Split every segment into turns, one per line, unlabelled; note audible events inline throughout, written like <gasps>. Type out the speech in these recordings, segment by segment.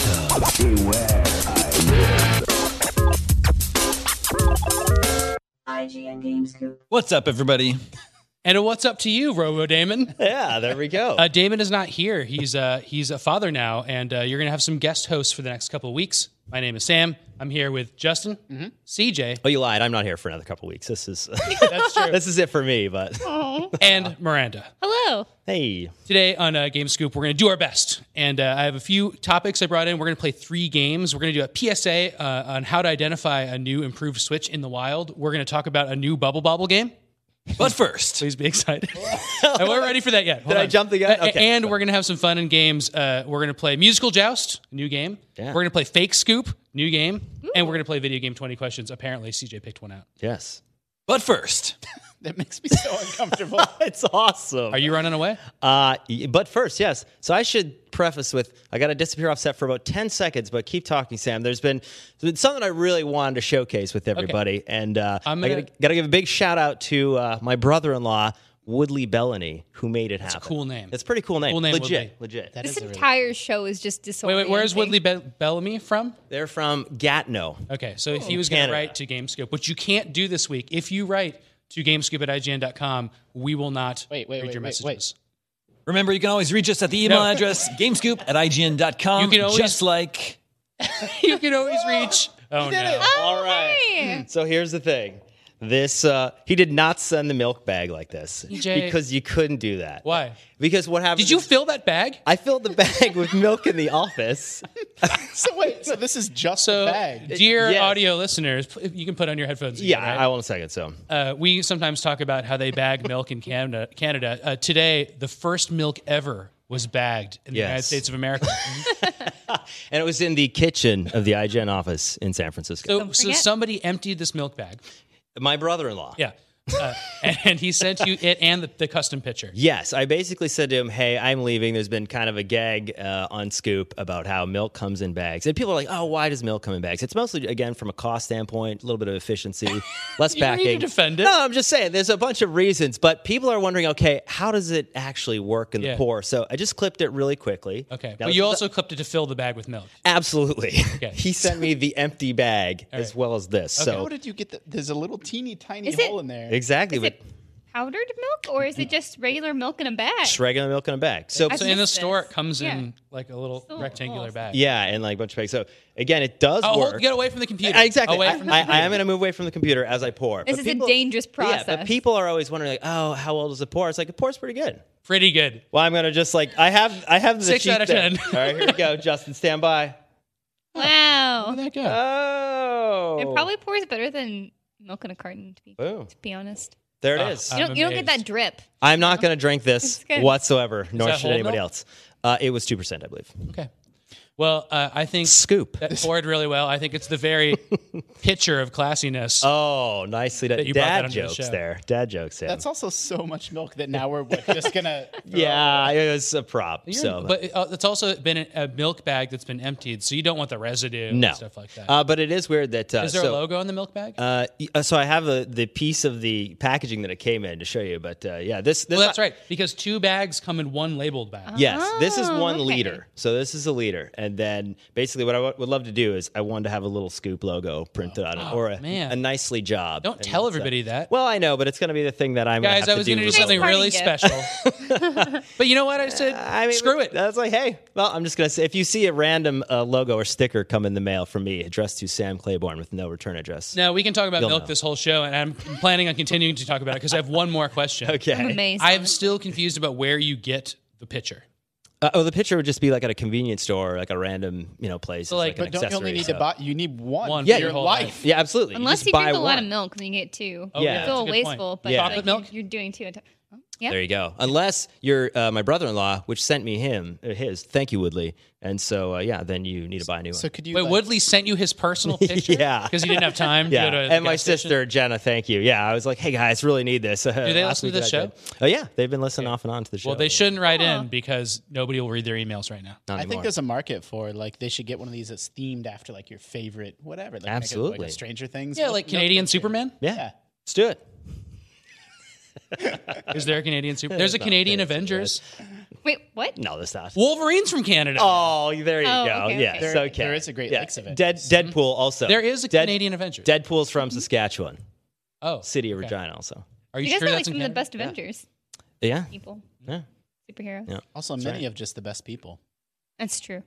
see where I live.
IGN Games Coop.
What's up, everybody?
And a what's up to you, Robo <laughs> Damon?
Yeah, there we <laughs> go.
Uh, Damon is not here. He's uh, he's a father now, and uh, you're gonna have some guest hosts for the next couple of weeks. My name is Sam. I'm here with Justin, CJ,
oh, you lied. I'm not here for another couple weeks. This <laughs> is
<laughs> that's true,
this is it for me. But <laughs>
and Miranda.
Hello.
hey,
Today on uh, Game Scoop, we're going to do our best. And uh, I have a few topics I brought in. We're going to play three games. We're going to do a PSA uh, on how to identify a new improved Switch in the wild. We're going to talk about a new Bubble Bobble game.
But first,
Please be
<laughs>
excited. and we're ready for that yet. Hold
I
on.
jump the gun?
A- a-
Okay.
And we're going to have some fun in games. Uh, we're going to play Musical Joust, new game. We're going to play Fake Scoop, new game. And we're going to play Video Game 20 Questions. Apparently, CJ picked one out.
yes,
but first,
That makes me so uncomfortable.
<laughs> it's
<laughs>
awesome.
Are you running away?
Uh, y- but first, yes. So I should preface with I got to disappear off set for about 10 seconds, but keep talking, Sam. There's been, there's been something I really wanted to showcase with everybody. And uh,
I'm
I
gonna-
got to give a big shout out to uh, my brother in law, Woodley Bellany, who made it happen.
cool name.
That's a pretty cool name.
Cool name,
legit.
Woodley.
Legit.
This entire show is just
Wait,
disorienting.
wait, where's Woodley Be- Bellamy from?
They're from Gatineau.
Okay, so if he was going to
Canada.
write to GameScoop, which you can't do this week, if you write to GameScoop at IGN.com, we will not
Wait, wait,
read
wait,
your
wait, wait. <laughs>
messages.
remember you can always reach us at the email
No. <laughs>
address gamescoop at ign.com.
You can always-
just like
you can always reach. Oh, no.
All right. So here's the thing. This uh, he did not send the milk bag like this
EJ.
because you couldn't do that.
E Why?
Because what happened?
Did you
is-
fill that bag?
I filled the bag with milk in the office.
so <laughs> wait, so this is just
So,
a bag.
dear
Yes.
audio listeners, p- <laughs> you can put on your headphones.
Yeah,
again, right?
I won't second. So
uh, we sometimes talk about how they bag milk in Canada. Canada uh, today, the first milk ever was bagged in the
Yes.
United States of
<laughs>
America.
and it was in the kitchen of the IGN office in San Francisco.
so, so somebody emptied this milk bag.
My brother-in-law.
Yeah. Uh, <laughs> and, he sent you it and the, the custom picture.
Yes, I basically said to him, "Hey, I'm leaving." There's been kind of a gag uh, on Scoop about how milk comes in bags, and people are like, "Oh, why does milk come in bags?" It's mostly, again, from a cost standpoint, a little bit of
<laughs>
efficiency, less
You don't need
packing.
to defend it.
No, I'm just saying there's a bunch of reasons, but people are wondering, okay, how does it actually work in
Yeah.
the pour? So I just clipped it really quickly.
Okay.
Now,
but
this
you
is-
also clipped it to fill the bag with milk.
<laughs> absolutely. <laughs> he sent me the empty bag as
right.
well as this.
How
So
did you get the, there's a little teeny tiny
Is it-
hole in there.
exactly,
Is
but
it powdered milk or is it just regular milk in a bag?
just regular milk in a bag. So
I've
So in the
missed
store, it
this.
comes
Yeah.
in like a little
Still
rectangular
awesome.
bag.
yeah, and like a bunch of bags. So again, it does
Oh,
work.
hold, get away from the computer.
I- Exactly.
Away
I,
from the
I- I
computer.
am going to move away from the computer as I pour.
This
But
is a
people-
dangerous process.
Yeah, but people are always wondering, like, oh, how old is it pour? It's like it pours pretty good.
Pretty good.
Well, I'm going to just like I have I have the
Six
sheet
out of
there.
10.
All right, here we
<laughs>
go, Justin. Stand by.
Wow.
How'd that go?
Oh,
It probably pours better than milk in a carton, to be,
Boom.
to be honest.
There it
Ah,
is.
ah.
You
I'm
don't, you don't get
amazed.
that drip.
I'm not going to drink this
It's good.
whatsoever, nor
that
should
whole
anybody
milk?
else. Uh, it was two percent, I believe.
Okay. Well, uh, I think
Scoop.
that poured really well. I think it's the
<laughs>
very picture of classiness.
Oh, nicely done.
That you brought that
Dad
onto the
jokes
show.
there. Dad jokes. Sam.
That's also so much milk that now we're what,
<laughs>
just gonna throw-
yeah, it was a prop.
You're-
so,
but uh, it's also been a, a milk bag that's been emptied, so you don't want the residue
no
and stuff like that. Is
Uh, but it is weird that uh,
there a
so,
logo on the milk bag?
Uh, y- uh, so I have the the piece of the packaging that it came in to show you, but uh, yeah, this, this
well, that's right, because two bags come in one labeled bag.
Yes, this is
Oh,
one
okay.
liter. So this is a liter, and then basically what I w- would love to do is I wanted to have a little scoop logo printed on it, or a,
Oh, man.
a nicely job.
Don't
And
tell
it's, uh,
everybody that.
Well, I know, but it's going to be the thing that I'm.
Guys,
gonna have
I was
to
going
do
to do
with
something
it.
party
really special.
gift.
<laughs>
but you know what? I said,
I mean,
screw it.
That's like, hey, well, I'm just gonna say, if you see a random uh, logo or sticker come in the mail from me addressed to Sam Claiborne with no return address,
No, we can talk about
You'll
milk
know.
this whole show, and I'm planning on continuing to talk about it because I have one more question.
I'm
okay.
amazed.
I'm still confused about where you get the pitcher.
Uh, oh, the picture would just be like at a convenience store, or like a random you know place.
So, like-
It's an
But don't you only
accessory,
need
so-
to buy you need one,
One
for
for
your
your whole
life.
Yeah, absolutely.
Unless
just
you
buy
drink a lot
one.
of milk, then you get two.
Oh,
yeah,
It's
that's
a
still
good
wasteful,
point.
but
Yeah.
like,
Chocolate
you-
milk?
You're doing two. at a ti- Yeah.
There you go. Unless you're uh, my brother-in-law, which sent me him uh, his. Thank you, Woodley. And so uh, yeah, then you need to buy a new one.
So could you
Wait,
like,
Woodley sent you his personal picture?
<laughs> Yeah.
Because he didn't have time to
yeah,
go to the
and my
gas station?
sister Jenna, thank you. Yeah, I was like, hey guys, really need this. <laughs> Do
they listen to this show?
Oh yeah, they've been listening off and on to the show.
Well, they shouldn't write in because nobody will read their emails right now.
Not
I
anymore.
think there's a market for like they should get one of these that's themed after like your favorite whatever. Like, make it like a
Absolutely.
Stranger Things.
Yeah,
milk-
like
milk
Canadian
picture.
Superman.
yeah.
Yeah.
let's do it.
Is there a Canadian Super? There's a Canadian Avengers.
Wait, what?
No, this not.
Wolverine's from Canada.
Oh, there you
Oh,
go.
okay,
yeah,
okay.
it's
There-
okay.
there is a Great
yeah.
Lakes event.
Dead, Deadpool also.
there is a
Dead-
Canadian Avenger.
Deadpool's from
Mm-hmm.
Saskatchewan,
oh,
city of
okay.
Regina. Also,
Are
You,
you,
guys
sure
are like
that's in
some
Canada?
of the best
Yeah.
Avengers
yeah,
people,
yeah,
superheroes.
Yeah.
Also, many of just the best people.
That's true.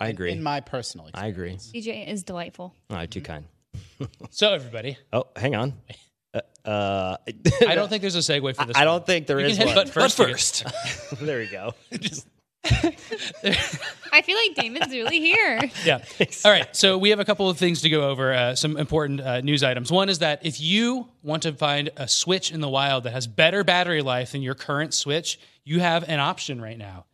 I agree.
In my personal
I
experience.
agree.
DJ is delightful.
All right,
Mm-hmm.
too kind.
So everybody,
Oh, hang on. Uh, uh,
I don't
<laughs>
think there's a segue for this.
I
one.
don't think there
You can
is
hit <laughs>
one.
butt
But
first.
first,
<laughs> there we go.
I feel like Damon's
<laughs>
really here.
yeah. All right. So we have a couple of things to go over. Uh, some important uh, news items. One is that if you want to find a Switch in the wild that has better battery life than your current Switch, you have an option right now.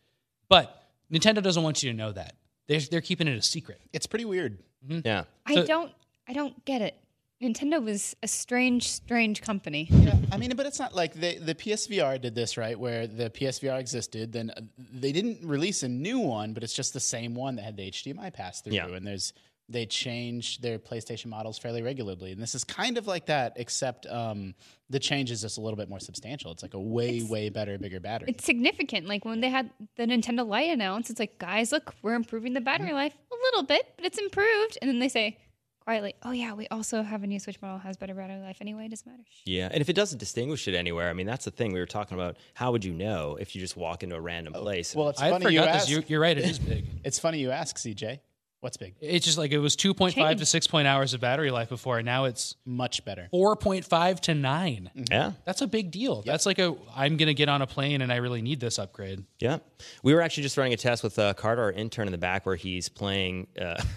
But Nintendo doesn't want you to know that. They're, they're keeping it a secret.
It's pretty weird.
Mm-hmm.
Yeah.
I
So-
don't. I don't get it. Nintendo was a strange, strange company.
Yeah, I mean, but it's not like the the PSVR did this right, where the PSVR existed, then uh, they didn't release a new one, but it's just the same one that had the HDMI pass through,
Yeah.
and there's they change their PlayStation models fairly regularly, and this is kind of like that, except um, the change is just a little bit more substantial. It's like a way, way better, bigger battery.
It's significant. Like when they had the Nintendo Lite announced, it's like, guys, look, we're improving the battery life a little bit, but it's improved. And then they say quietly, oh yeah, we also have a new Switch model that has better battery life anyway. It doesn't matter.
Yeah, and if it doesn't distinguish it anywhere, I mean, that's the thing we were talking about. How would you know if you just walk into a random
Oh,
place?
well, it's
I
funny you
forgot
ask.
this. You're, you're right. It is big.
it's funny you ask, CJ. What's big?
It's just like it was 2.5 to
Change.
6 point hours of battery life before, and now it's
Much better.
4.5 to 9.
Mm. yeah,
That's a big deal. That's like a I'm going to get on a plane and I really need this upgrade.
yeah. We were actually just running a test with uh, Carter, our intern in the back, where he's playing. Uh, <laughs>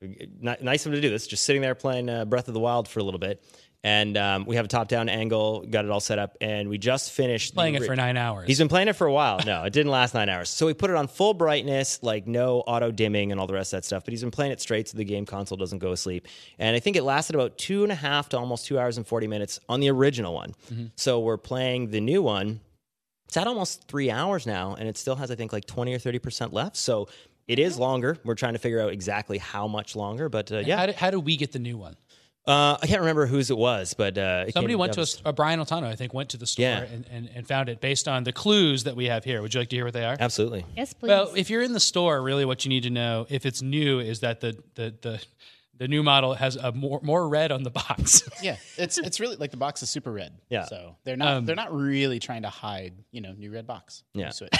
ni- nice of him to do this, just sitting there playing uh, Breath of the Wild for a little bit. And um, we have a top-down angle, got it all set up, and we just finished
Playing
the
it
ri-
for 9 hours.
He's been playing it for a while. No, it didn't last nine hours. So we put it on full brightness, like no auto dimming and all the rest of that stuff. But he's been playing it straight so the game console doesn't go asleep. And I think it lasted about two and a half to almost two hours and 40 minutes on the original one.
Mm-hmm.
So we're playing the new one. It's at almost three hours now, and it still has, I think, like 20 or 30% left. So it is longer. We're trying to figure out exactly how much longer. But uh, yeah,
How did, how do we get the new one?
uh, I can't remember whose it was, but uh, it
Somebody
came-
went
that
to a,
was-
uh, Brian Altano, I think, went to the store
Yeah.
and, and, and found it based on the clues that we have here. Would you like to hear what they are? <laughs>
Absolutely.
Yes, please.
Well, if you're in the store, really what you need to know if it's new is that the the the, the new model has a more more red on the box. <laughs>
Yeah, it's it's really like the box is super red.
Yeah.
So they're not
Um,
they're not really trying to hide, you know, new red box.
Yeah.
Switch.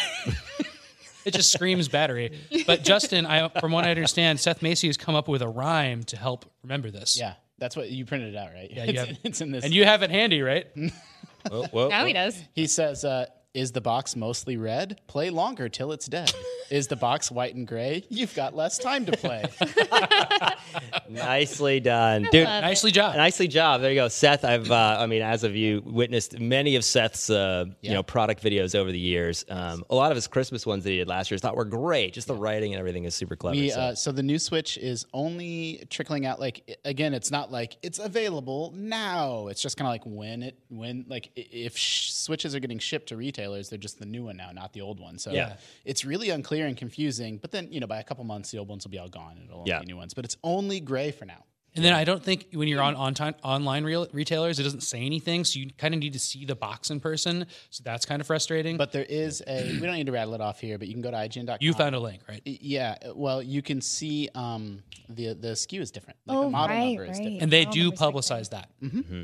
it just screams battery. But Justin, I from what I understand, Seth Macy has come up with a rhyme to help remember this.
Yeah, that's what you printed it out, right? Yeah,
you
<laughs> it's,
have-
it's in this.
And you have it handy,
<laughs>
right?
Whoa, whoa,
now
whoa.
he does.
he says, uh, "Is the box mostly red? Play longer till it's dead. Is the box white and gray? You've got less time
<laughs>
to play."
Nicely done. Dude,
love
Nicely
<laughs>
job.
Nicely job. There you go, Seth. I've, uh, I mean, as of you, witnessed many of Seth's, uh, you know, product videos over the years. Um, a lot of his Christmas ones that he did last year, I thought were great. Just the writing and everything is super clever.
We,
so.
uh, so the new Switch is only trickling out. Like i- again, it's not like it's available now. It's just kind of like when it when like i- if sh- Switches are getting shipped to retailers, they're just the new one now, not the old one. So
Yeah.
it's really unclear and confusing. But then you know, by a couple months, the old ones will be all gone. and It'll only
Yeah.
be new ones. But it's only gray for now.
And then I don't think when you're on, on time, online real, retailers, it doesn't say anything. So you kind of need to see the box in person. So that's kind of frustrating.
But there
<clears throat>
is a we don't need to rattle it off here, but you can go to IGN.com.
you found a link, right?
Yeah, uh, well, you can see um, the the SKU is different. Like the
Oh,
model
right,
number is
right.
different.
And they
I'll
do
never say
publicize that.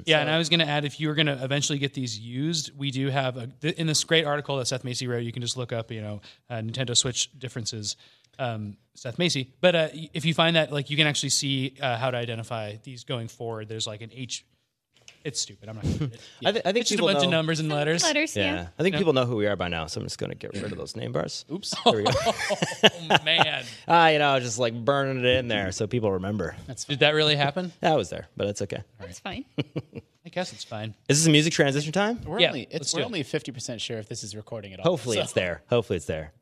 Yeah, and I was going to add if you were going to eventually get these used, we do have a, th- in this great article that Seth Macy wrote. You can just look up, you know, uh, Nintendo Switch differences. Um, Seth Macy, but uh, y- if you find that, like, you can actually see uh, how to identify these going forward. There's like an H. It's stupid. I'm not. Gonna read it.
I, thi- I think
It's just a
people
bunch
know,
of numbers and letters.
Letters,
Yeah.
yeah.
I think people know who we are by now. So I'm just going to get rid of those name bars.
Oops.
<laughs> There we go.
Oh <laughs> man,
Ah, you know, just like burning it in there so people remember.
did that really happen?
That was there, but it's okay.
That's fine.
I guess it's fine.
Is this a music transition time?
We're
Yeah,
only
let's
it's
do
we're
it.
only fifty percent sure if this is recording at all.
Hopefully
So-
it's there. Hopefully it's there.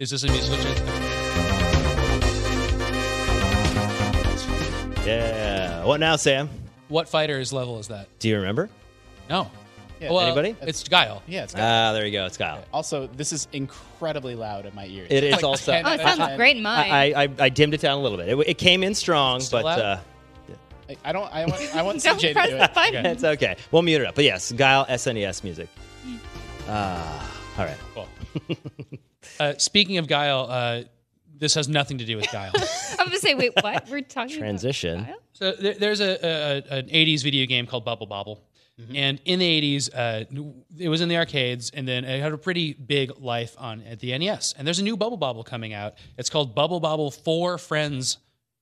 Is this a musical? too?
Yeah. What now, Sam?
What fighter's level is that?
Do you remember?
No.
Yeah,
well, uh,
anybody?
It's Guile.
Yeah, it's got
Ah, there you go. It's Kyle.
also this is incredibly loud in my ears.
It is
Like
also-
10
Oh, it sounds
I-
great in mine.
I, I, I- I dimmed it down a little bit. It, it came in strong,
Still
but
out?
uh,
I, I don't. I want.
<laughs>
I
<laughs>
want
Don't
CJ to
press
do
the
it.
button.
Hmm.
it's okay. We'll mute it up. But yes, Guile SNES music. E Ah, All right.
Uh, speaking of Guile, uh, this has nothing to do with Guile.
I was gonna say, wait, what? We're talking
Transition.
About
So there, there's a, a a- an '80s video game called Bubble Bobble, and in the '80s, uh, it was in the arcades, and then it had a pretty big life on at the NES. And there's a new Bubble Bobble coming out. It's called Bubble Bobble Four Friends.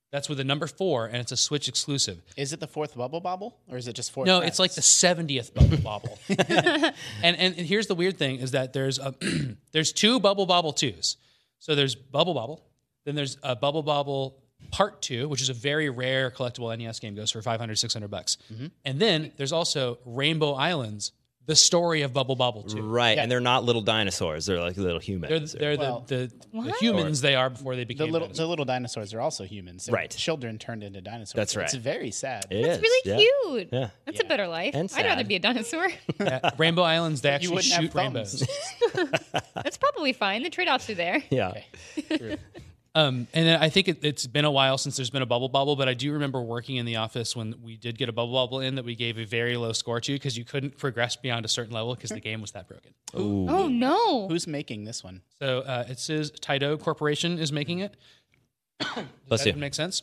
That's with the number four, and it's a Switch exclusive.
Is it the fourth bubble bobble, or is it just four?
No, it's like the seventieth Bubble
<laughs>
Bobble. and and here's the weird thing is that there's a <clears throat> there's two Bubble Bobble twos. So there's Bubble Bobble, then there's a Bubble Bobble Part Two, which is a very rare collectible NES game, goes for 500, 600 bucks.
Mm-hmm.
And then there's also Rainbow Islands, the story of Bubble Bobble Two.
Right, and they're not little dinosaurs; they're like little humans.
They're they're
Well-
the, the, the
What?
humans they are before they
the
became
little
dinosaurs.
the little dinosaurs are also humans. They're
Right.
Children turned into dinosaurs.
That's
It's
right.
very sad.
It
That's
is,
really
yeah.
cute.
Yeah.
That's a better life.
And
I'd rather
sad.
be
<laughs>
a dinosaur. <laughs>
Yeah, Rainbow Islands
<laughs>
they actually
wouldn't have
shoot
thumbs.
rainbows.
That's probably fine. The trade offs are there.
Yeah.
Um, and then I think it, it's been a while since there's been a bubble bobble, but I do remember working in the office when we did get a bubble bobble in that we gave a very low score to because you couldn't progress beyond a certain level because the game was that broken.
Oh no.
<laughs> Who's making this one?
So uh, it says Taito Corporation is making it.
Bless
that
you.
make sense?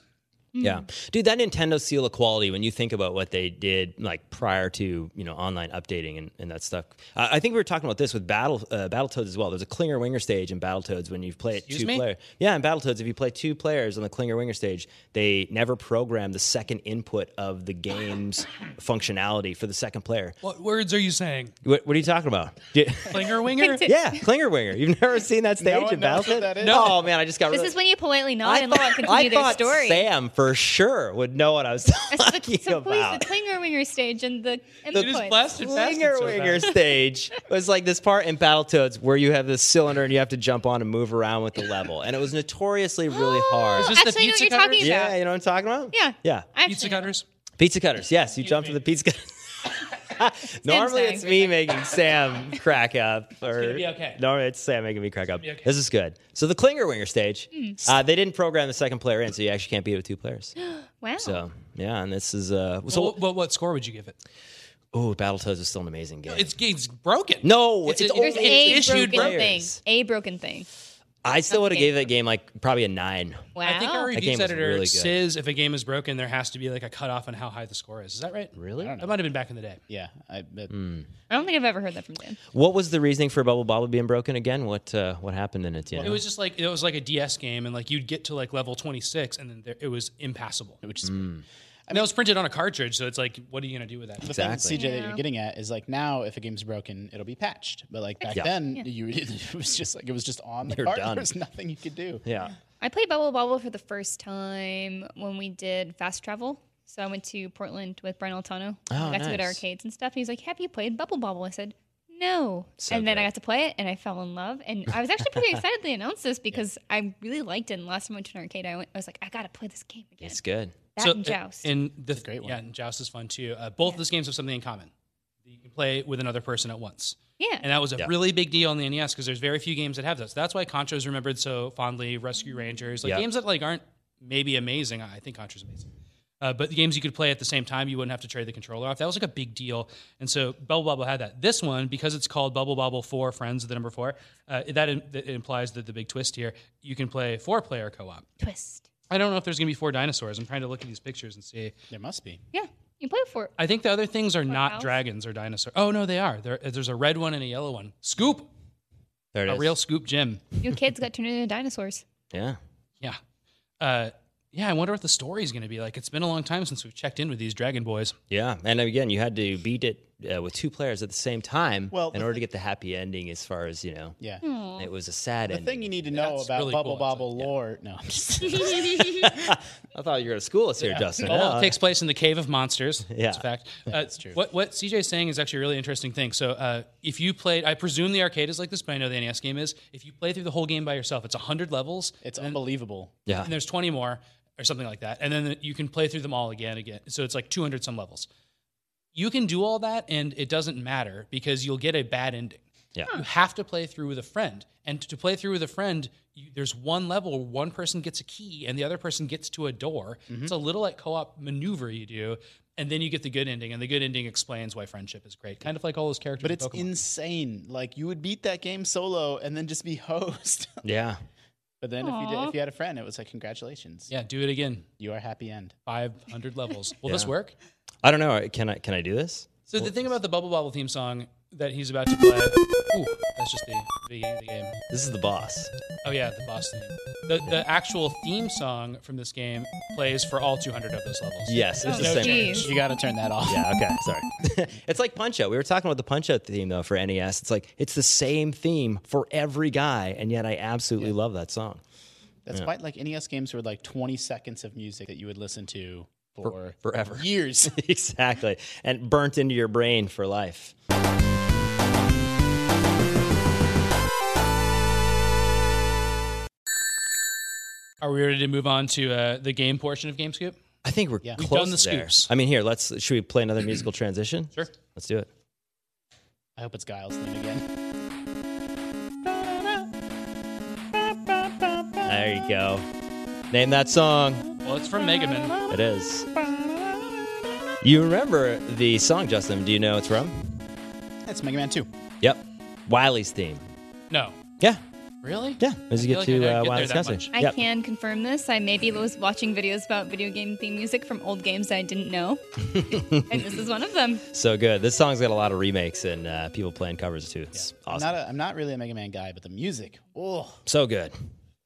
Yeah, dude, that Nintendo seal of quality. When you think about what they did, like prior to you know online updating and, and that stuff. Uh, I think we were talking about this with Battle uh, Battletoads as well. There's a Clinger Winger stage in Battletoads when you play it
Excuse
two
me?
player. Yeah, in Battletoads, if you play two players on the Clinger Winger stage, they never program the second input of the game's functionality for the second player.
What words are you saying? <laughs>
What, what are you talking about? <laughs> Do-
Clinger winger?
yeah, Clinger Winger. You've never seen that stage
one
in
knows what
Battletoads?
that is.
No, oh, man, I just got.
This
really-
is when you politely nod
I
and let them
thought,
continue
I
their
thought
story. <laughs>
Sam for sure would know what I was
That's the-
talking
so please,
about.
the clinger winger stage and the
It is
input.
blasted fast.
Winger Winger stage was like this part in Battletoads where you have this cylinder and you have to jump on and move around with the level. And it was notoriously
<gasps>
really hard.
Is this the
Actually, I know what
pizza
you're
cutters?
talking
yeah,
about.
you know what I'm talking about?
Yeah.
Yeah.
I
Pizza
actually-
cutters?
Pizza cutters. Yes, you jump to the pizza cutters. <laughs> normally
dying
it's
for
me making Sam crack up. Or
gonna be okay.
Normally it's Sam making me crack up.
be okay.
This is good. So the Clinger Winger stage, uh, they didn't program the second player in, so you actually can't beat it with two players.
Wow.
So yeah, and this is uh,
So,
so
what, what score would you give it?
oh, Battletoads is still an amazing game.
It's, it's broken.
no,
It's
it's,
a-
only
There's
It's
a
issued
broken thing.
players.
A broken thing.
I still would have
Okay.
gave that game like probably a nine.
Wow.
I think our
game
reviews
was
editor
really good.
says if a game is broken, there has to be like a cutoff on how high the score is. Is that right?
Really?
That might have been back in the day.
Yeah, I bet.
I don't think I've ever heard that from Dan.
What was the reasoning for Bubble Bobble being broken again? What uh, what happened in it? do you
It
know?
was just like it was like a DS game, and like you'd get to like level twenty six, and then there, it was impassable.
Which is
And that was printed on a cartridge, so it's like, what are you gonna do with that?
the
Exactly.
thing, CJ, that you're getting at is like now if a game's broken, it'll be patched. But like back
Yeah.
then, you <laughs> it was just like it was just on the
You're
<laughs> cart.
done.
There was nothing you could do.
yeah.
I played Bubble Bobble for the first time when we did fast travel. So I went to Portland with Brian Altano. We
Oh,
got to go to
nice.
arcades and stuff. And he's like, Have you played Bubble Bobble? I said, No.
So
and then I
good.
got to play it and I fell in love. And I was
<laughs>
actually pretty excited they announced this because I really liked it. And last time I went to an arcade, I, went, I was like, I got to play this game again.
It's good.
That and
uh,
Joust.
And the
great one.
Yeah, and Joust is fun too. Uh, both of those games have something in common. You can play with another person at once.
yeah.
And that was a
Yeah.
really big deal on the NES because there's very few games that have this. That's why Contra's remembered so fondly, Rescue Rangers, like
Yeah.
games that like aren't maybe amazing. I I think Contra's amazing. Uh, but the games you could play at the same time, you wouldn't have to trade the controller off. That was like a big deal. And so Bubble Bobble had that. This one, because it's called Bubble Bobble 4 Friends, of the number 4, uh, that, im- that implies that the big twist here, you can play four-player co-op.
Twist.
I don't know if there's going to be four dinosaurs. I'm trying to look at these pictures and see.
There must be.
Yeah. You play for
I think the other things are not
else?
dragons or dinosaurs. Oh, no, they are. There, there's a red one and a yellow one. Scoop!
There it
A
is.
real scoop gym.
Your kids got turned into dinosaurs.
yeah.
Yeah. Uh, yeah, I wonder what the story's going to be like. It's been a long time since we've checked in with these dragon boys.
Yeah, and again, you had to beat it uh, with two players at the same time
Well,
in
the
order to get the happy ending. As far as you know,
Yeah.
it was a sad
The
ending.
thing you need to know
That's
about
really
Bubble
cool,
Bobble lore. No, I'm just
I thought you were going to school us here, Dustin. Uh,
Well,
Yeah.
it takes place in the Cave of Monsters.
Yeah.
That's a fact. That's true. What, what CJ's saying is actually a really interesting thing. So uh, if you played, I presume the arcade is like this, but I know the NES game is. If you play through the whole game by yourself, it's 100 levels.
it's unbelievable.
yeah.
and there's 20 more or something like that and then you can play through them all again again so it's like 200 some levels you can do all that and it doesn't matter because you'll get a bad ending
Yeah.
You have to play through with a friend. And to play through with a friend, you, there's one level where one person gets a key and the other person gets to a door. It's a little like co op maneuver you do. And then you get the good ending, and the good ending explains why friendship is great. Kind of like all those characters.
But
in
it's
Pokemon.
insane. Like you would beat that game solo and then just be <laughs> host.
Yeah.
but then if you did,
Aw.
if you had a friend, it was like congratulations.
yeah, do it again.
You are happy end.
500 levels. Will this
Yeah.
work?
I don't know. Can I can I do this?
So the thing about the Bubble Bobble theme song that he's about to play. Ooh, that's just the beginning of the game.
This is the boss.
Oh yeah, the boss theme. The, the actual theme song from this game plays for all 200 of those levels.
Yes, it's
Oh,
the same.
geez.
You got to turn that off.
Yeah, okay, sorry. <laughs> it's like Punch Out. We were talking about the Punch Out theme though for NES. It's like it's the same theme for every guy, and yet I absolutely love that song.
<laughs> That's quite like NES games were like 20 seconds of music that you would listen to for,
forever.
years.
<laughs>
<laughs>
exactly. And burnt into your brain for life.
Are we ready to move on to uh, the game portion of GameScoop?
I think we're
Yeah. We've
close
done the
there.
scoops.
I mean, here, let's should we play another musical transition? Sure. Let's do it.
I hope it's Giles thing again.
There you go. Name that song.
Well, it's from Mega Man.
It is. You remember the song, Justin? Do you know it's from?
It's Mega Man 2.
Yep. Wiley's theme.
No,
Yeah.
really?
Yeah. As you
I
get
feel
to
like I
uh,
don't get there
Wiley's
that
Castle.
much.
I
Yep.
can confirm this. I maybe was watching videos about video game theme music from old games that I
<laughs>
didn't know, and this is one of them.
So good. This song's got a lot of remakes and uh, people playing covers too. It's awesome.
I'm, not a, I'm not really a Mega Man guy, but the music, oh,
so good.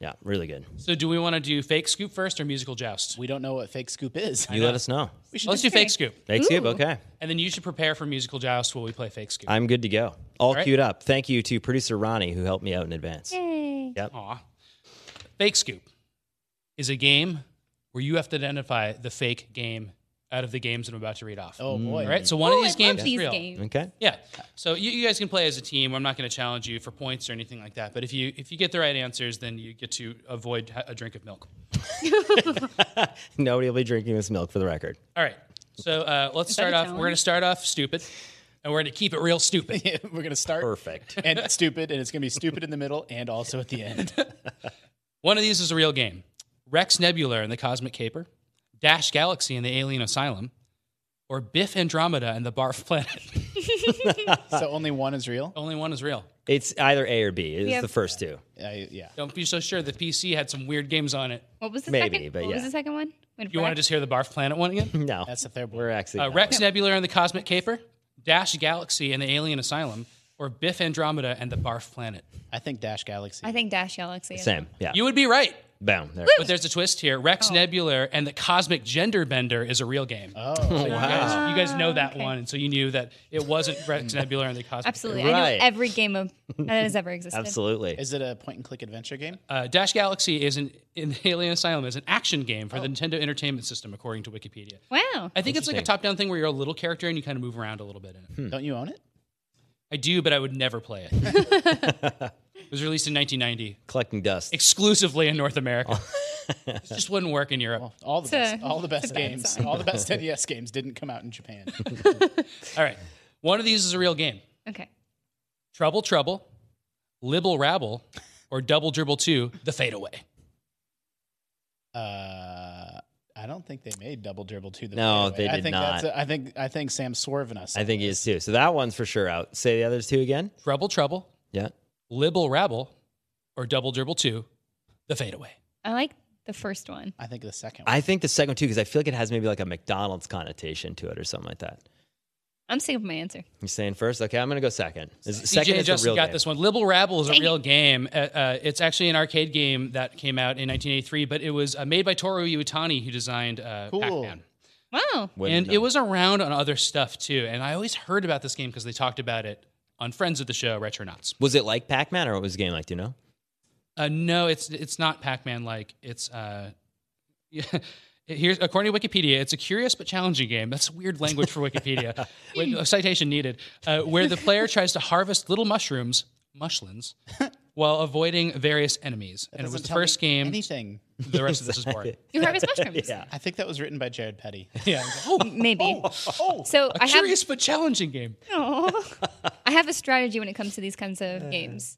Yeah, really good.
So do we want to do fake scoop first or musical joust?
we don't know what Fake Scoop is.
You let us know.
We should
Let's do
just-
fake scoop,
Thanks, Cube.
Ooh.
Okay.
and then you should prepare for musical joust while we play fake scoop.
I'm good to go. All
right.
queued up. Thank you to producer Ronnie who helped me out in advance.
Yay.
Aw. Fake Scoop is a game where you have to identify the fake game out of the games that I'm about to read off.
<laughs> Oh, boy.
All right, so one
Oh,
of these
I
games
love
is
these
real.
games.
Okay. <laughs>
Yeah. So you, you guys can play as a team. I'm not going to challenge you for points or anything like that. But if you if you get the right answers, then you get to avoid ha- a drink of milk.
Nobody will be drinking this milk for the record.
All right. So uh, let's start off. We're
challenge?
going to start off stupid, and we're going to keep it real
<laughs>
stupid.
<laughs> Yeah, We're going to start.
Perfect.
And it's stupid, and it's going to be stupid in the middle and also at
<laughs>
the end.
One of these is a real game. Rex Nebular in the Cosmic Caper, Dash Galaxy in the Alien Asylum, or Biff Andromeda in the Barf Planet. <laughs>
so only one is real?
Only one is real.
It's either A or B. It's
Yeah.
the first two.
I- yeah.
Don't be so sure. The PC had some weird games on it.
What was the
Maybe,
second?
but
what was
yeah.
the second one? Wait,
You want to
Rex?
just hear the Barf Planet one again?
No.
That's the third
We're
word.
actually.
Uh, Rex Nebular and the Cosmic Caper, Dash Galaxy and the Alien Asylum, or Biff Andromeda and the Barf Planet.
I think Dash Galaxy.
I think Dash Galaxy. is
Same. Yeah.
You would be right,
Boom. There.
but there's a twist here. Rex Nebular and the Cosmic Gender Bender is a real game.
Oh, so
<laughs>
You guys, you guys know that one, and so you knew that it wasn't Rex Nebular and the Cosmic.
Absolutely. I
Right.
know every game
<laughs>
of that has ever existed.
Absolutely.
is it a point and click adventure game?
Uh, Dash Galaxy is an in Alien Asylum is an action game for the Nintendo Entertainment System, according to Wikipedia.
Wow.
I think it's like a top-down thing where you're a little character and you kind of move around a little bit in it.
hmm.
Don't you own it?
I do, but I would never play it. it was released in 1990,
Collecting dust.
exclusively in North America.
Oh.
<laughs> it just wouldn't work in Europe.
All the
It's a-
best, all the best
it's a bad
games,
sign.
all the best <laughs> NES games didn't come out in Japan. <laughs>
All right, one of these is a real game:
Okay.
Trouble Trouble, Libble Rabble, or Double Dribble Two: The Fadeaway.
Uh, I don't think they made Double Dribble to the
No,
fadeaway.
they
I
did
think
not.
That's a, I think I think Sam Swervin us.
I think he is too. So that one's for sure out. Say the others two again.
Trouble Trouble,
Yeah.
Libble Rabble, or Double Dribble Two: The Fadeaway.
I like the first one.
I think the second one.
I think the second one too because I feel like it has maybe like a McDonald's connotation to it or something like that.
I'm sticking with my answer.
You saying first? Okay, I'm gonna go second. Is
CJ
second
and
is
Justin
a real
got
game.
this one. Libble Rabble is a real game. Uh, uh, it's actually an arcade game that came out in 1983, but it was uh, made by Toru Iwatani, who designed uh,
Cool.
Pac-Man.
Wow.
Wouldn't
and
know.
it was around on other stuff too. And I always heard about this game because they talked about it on Friends of the Show, Retronauts.
was it like Pac-Man or what was the game like? Do you know?
Uh, no, it's it's not Pac-Man like. It's uh, <laughs> yeah. Here's according to Wikipedia, it's a curious but challenging game. That's weird language for Wikipedia. Wait, a citation needed. Uh, where the player tries to harvest little mushrooms, mushlins, while avoiding various enemies. and it was
Doesn't
the
tell me
first game.
Anything.
The rest of this is boring.
You harvest
<laughs>
mushrooms.
Yeah.
I think that was written by
<laughs>
Jared Petty.
Yeah.
Maybe.
Oh,
So
A
<laughs> I have.
curious but challenging game.
Aw. <laughs> I have a strategy when it comes to these kinds of
Uh.
games.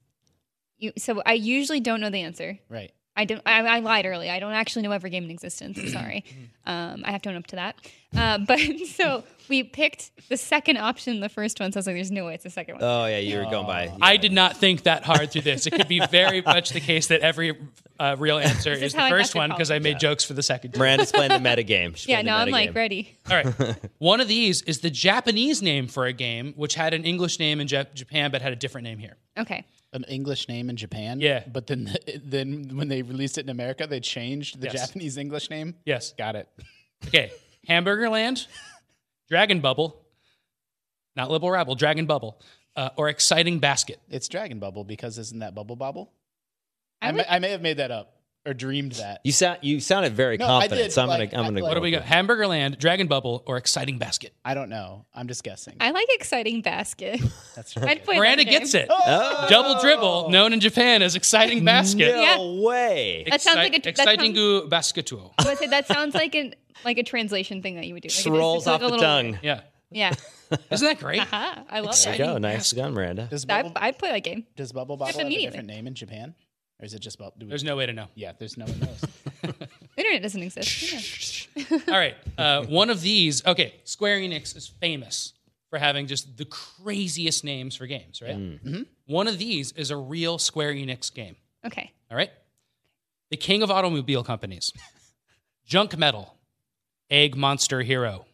You, so I usually don't know the answer.
Right.
I don't. I, I lied early. I don't actually know every game in existence.
<clears throat>
I'm sorry. Um, I have to own up to that. Uh, <laughs> but so we picked the second option, the first one. So I was like, "There's no way it's the second one."
Oh yeah, you were going by. yeah.
Uh, I did not think that hard through this. It could be very <laughs> much the case that every uh, real answer is,
is
the
how I got
first
to
one because I made jokes for the second. two.
Miranda's playing the meta game. She's
yeah.
playing the
No, I'm
meta
like
game.
ready.
All
<laughs>
right. One of these is the Japanese name for a game, which had an English name in Jap- Japan but had a different name here.
Okay.
An English name in Japan.
Yeah.
But then, <laughs> then when they released it in America, they changed the
Yes.
Japanese English name.
Yes.
Got it.
Okay. Hamburger Land, Dragon Bubble, not Libble Rabble, Dragon Bubble, uh, or Exciting Basket.
It's Dragon Bubble because isn't that Bubble Bobble?
I
I,
would-
may, I may have made that up or dreamed that.
You sound you sounded very
No, I
confident.
did,
so I'm
like,
gonna I'm
I-
gonna.
like-
go
What do we
with
got? Hamburger Land, Dragon Bubble, or Exciting Basket.
I don't know. I'm just guessing.
I like
<laughs>
exciting basket. <laughs>
That's
I'd play.
Miranda
that game.
gets it.
Oh,
Double Dribble, known in Japan as
<laughs>
Exciting Basket.
No
Yeah.
way.
That sounds like a-
Excite-
that
Exciting
sounds-
gu Basketuo.
I would say that sounds like an like a translation thing that you would do. Like it
Just
is- it's
rolls
like
off
a
the
little-
tongue.
Yeah.
Yeah.
Isn't that great?
Aha. I love
There you
it.
go. Nice gun, Miranda.
Does
I,
Bubble,
I play that game.
does Bubble Bobble have a
immediately.
different name in Japan? Or is it just Bubble? do we-
There's no way to know.
Yeah, there's no one
<laughs>
knows.
The internet doesn't exist. Who knows?
All right. Uh, one of these. Okay. Square Enix is famous for having just the craziest names for games, right? Mm-hmm. One of these is a real Square Enix game.
Okay.
All right. The king of automobile companies. Junk Metal. Egg Monster Hero.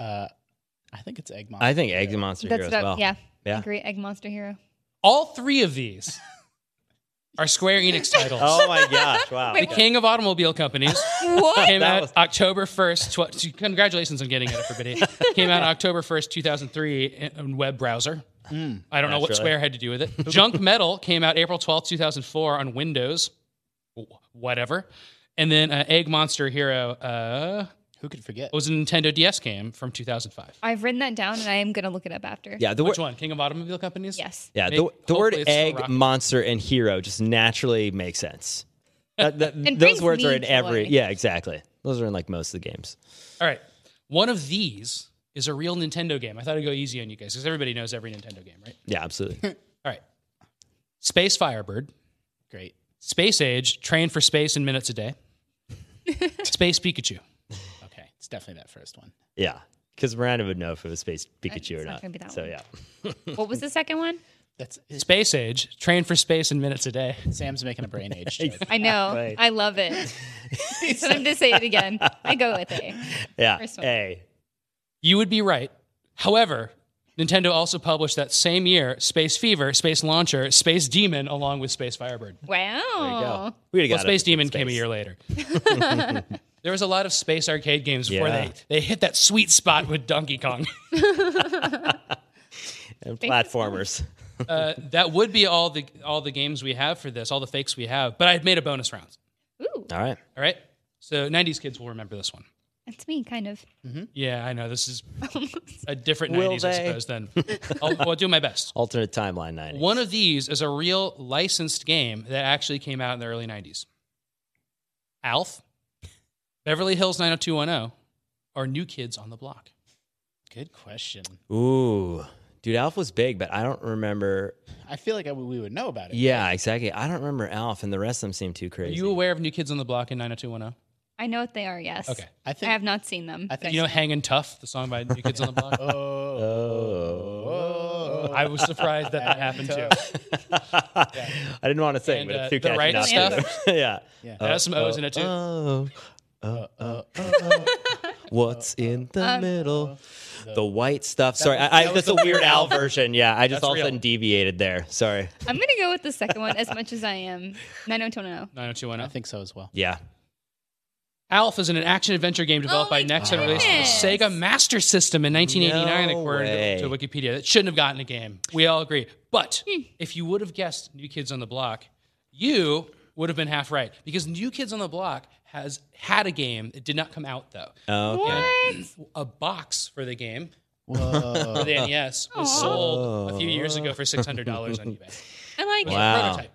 uh, I think it's Egg Mom.
I think Egg the Monster
That's
Hero
about
as well.
yeah.
Yeah.
Great egg monster hero.
All three of these are Square Enix titles.
<laughs> Oh my gosh!
<laughs>
Wow.
The king of automobile companies.
What?
came
That
out
was-
October 1st. Tw- congratulations on getting it,
<laughs>
everybody. came out October 1st, 2003 in, in web browser. I don't know what
Hmm. Naturally.
Square had to do with
<laughs>
it. Junk Metal came out April 12th, 2004 on Windows. W- Whatever. And then uh, Egg Monster Hero uh,
Who could forget?
was a Nintendo DS game from 2005.
I've written that down and I am gonna look it up after.
Yeah. The
Which
word.
one? King of Automobile Companies?
Yes.
Yeah.
Make-
The, the word
hopefully it's still
egg,
rocking.
monster, and hero just naturally makes sense. That-
<laughs>
that-
brings
those words are
me
in every.
joy.
Yeah. Exactly. Those are in like most of the games.
All right. One of these is a real Nintendo game. I thought I'd go easy on you guys because everybody knows every Nintendo game, right?
Yeah.
<laughs>
Absolutely.
All right. Space Firebird.
Great.
Space Age, train for space in minutes a day. space Pikachu.
Okay, it's definitely that first one.
yeah. Because Miranda would know if it was Space Pikachu
it's
or
not
not.
gonna be that
so
one.
yeah. <laughs>
What was the second one?
That's
Space Age, train for space in minutes a day.
Sam's making a brain
<laughs>
age joke.
I know.
Right.
I love it. so I'm gonna say it again. I go with it.
Yeah.
First one.
A.
You would be right. However, Nintendo also published that same year Space Fever, Space Launcher, Space Demon, along with Space Firebird.
Wow.
There you go. We'd have
Well,
got it
Space
if it's
Demon came a
space.
year later. there was a lot of space arcade games before
Yeah.
they, they hit that sweet spot with Donkey Kong.
And platformers. <laughs>
Uh, that would be all the all the games we have for this, all the fakes we have. But I've made a bonus round.
Ooh,
All right.
All right. So 90s kids will remember this one.
that's me, kind of. <laughs>
Yeah, I know. This is a different
Will
90s, I
they?
suppose,
<laughs>
then. I'll, I'll do my best.
Alternate timeline 90.
One of these is a real licensed game that actually came out in the early 90s Alf, Beverly Hills 90210, or New Kids on the Block.
Good question.
Ooh. Dude, Alf was big, but I don't remember.
I feel like I, we would know about it.
Yeah, exactly. I don't remember Alf, and the rest of them seem too
Are
crazy.
you aware of New Kids on the Block in 90210?
I know what they are. Yes.
Okay.
I
I
think.
have not seen them.
I think.
You know Hangin' Tough, the song by New Kids on the Block?
Oh, <laughs> oh,
I was surprised that that happened too.
<laughs> I didn't want to sing,
And,
but
uh,
it's too
the
catchy
right
not to. <laughs> yeah.
Yeah.
It has some O's in it, too.
Oh, oh, oh, oh. What's in the middle? The white stuff. Sorry, I, I, that's a weird Al version. Yeah, I just
That's
all of a
real.
sudden deviated there. Sorry.
I'm gonna go with the second one as much as
<laughs>
I am. 90210.
90210.
I think so
<laughs>
as well.
Yeah.
Alf is an action adventure game developed
Oh
by
my
Next and released
goodness.
to the Sega Master System in 1989,
No
according to-
way.
to Wikipedia. That shouldn't have gotten a game. We all agree. But
Hmm.
if you would have guessed New Kids on the Block, you would have been half right because New Kids on the Block has had a game. It did not come out though.
Okay.
A box for the game for
Whoa.
<laughs>
the NES was
Aw.
sold a few years ago for $600 on eBay.
<laughs>
I like
Wow.
Prototype.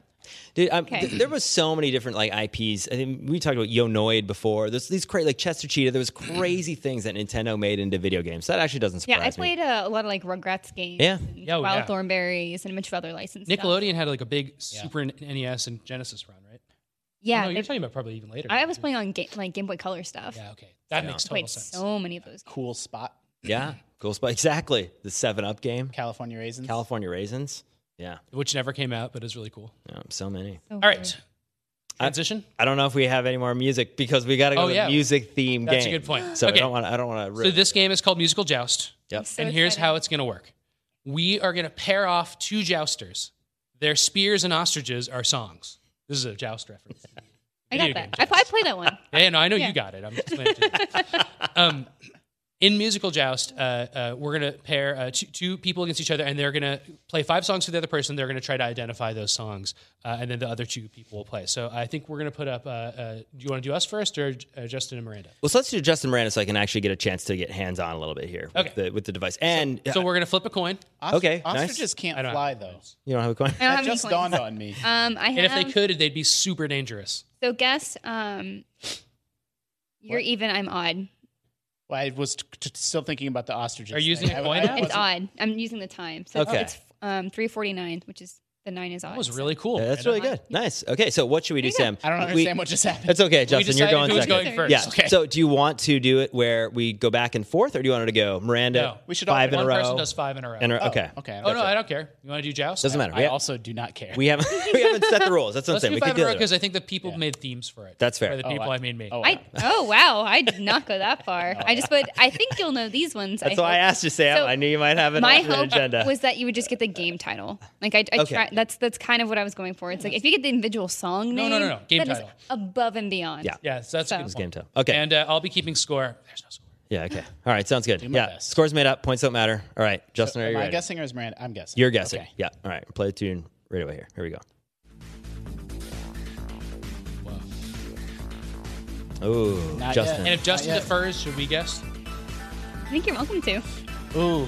Dude, um,
Okay.
th- there was so many different like IPs. I think we talked about Yonoid before. There's these crazy like Chester Cheetah. There was crazy things that Nintendo made into video games. That actually doesn't surprise
Yeah, I
me.
played uh, a lot of like Rugrats games.
Yeah.
and
Oh,
Wild
yeah.
Thornberries and a bunch of other licensed stuff.
Nickelodeon had like a big Super NES and Genesis run, right?
Yeah,
Oh, no, you're
they-
talking about probably even later.
I was playing on ga- like Game Boy Color stuff.
Yeah, okay, that
Yeah.
makes
I played
total sense.
so many of those. games.
Cool spot,
Yeah, cool spot. Exactly the Seven Up game,
California raisins.
California Raisins. Yeah,
Which never came out, but is really cool.
yeah so many.
So
All
good.
right, transition.
I don't know if we have any more music because we got to go
Oh,
to
yeah.
music theme
That's a
game.
good point.
So
Okay.
I don't want. I don't want to.
so this game is called Musical Joust.
Yep.
I'm so
and here's
excited.
how it's going to work we are going to pair off two jousters their spears and ostriches are songs this is a joust reference
<laughs> I
video
got
game
that. I, I play that one.
yeah no i know
Yeah.
you got it i'm just explaining it to you.
<laughs>
um, in musical joust uh, uh, we're going to pair uh, two, two people against each other and they're going to play five songs for the other person they're going to try to identify those songs uh, and then the other two people will play so i think we're going to put up uh, uh, do you want to do us first or uh, justin and miranda
Well, so let's do Justin Miranda so I can actually get a chance to get hands on a little bit here with,
Okay.
the, with the device. And
so we're going to flip a coin
Ostr-
Okay, nice.
Ostriches
I
can't
don't
fly
have
though.
<laughs> you don't have a coin.
I don't
That
have
just
any coins.
dawned on me.
Um, I
and if
have.
they could they'd be super dangerous
So guess. Um, you're even. I'm odd.
Well, I was t- t- still thinking about the ostriches.
Are you
thing.
using a
I-
coin now?
I
It's
It's odd.
wasn't-
I'm using the time. So
Okay.
it's um 349, which is the nine is odd.
that was really <laughs> cool
Yeah, that's
Miranda.
really good. Nice. Okay, so what should we do,
There you
Sam?
go.
I don't
We-
understand what just happened.
That's okay,
we
Justin. You're
decided
going
who's
second.
going first.
yeah.
Okay.
So, do you want to do it where we go back and forth, or do you want it to go Miranda?
No.
We should all
five
do
in a
one
row.
person does five in a row.
and a-
Oh,
okay.
Okay. I
oh
don't-
no, I don't care. You want to do joust?
Doesn't matter.
I
We, ha-
also do not care.
we haven't <laughs> we haven't set the rules. That's what I'm
Let's
saying.
do
We
five in
could
a
do
row
it.
because I think the people made themes for it.
That's fair.
Or the
Oh,
people
I-
I mean me. <laughs>
oh,
I oh wow, I did not go that far. I just would. I think you'll know these ones.
That's why I
hope.
asked you, Sam.
So,
I knew you might have an
My
alternate
hope
agenda.
was that you would just get the game title. Like I, I
Okay.
try, that's that's kind of what I was going for. It's like if you get the individual song
No,
name,
no, no, no. Game
that is
title.
above and beyond.
Yeah.
Yeah, so that's a
So-
good
It was
It's
point.
game time. Okay.
And uh, I'll be keeping score. There's no score.
yeah. Okay. All right. Sounds good.
my
Yeah.
best.
Scores made up. Points don't matter. All right. Justin, are you
Am I
ready?
guessing or is Miranda? I'm guessing.
You're guessing.
Okay.
Yeah. All right. Play the tune right away here. Here we go. Oh,
Not
Justin.
And if Justin
yet.
defers, should we guess?
I think you're welcome to.
Ooh.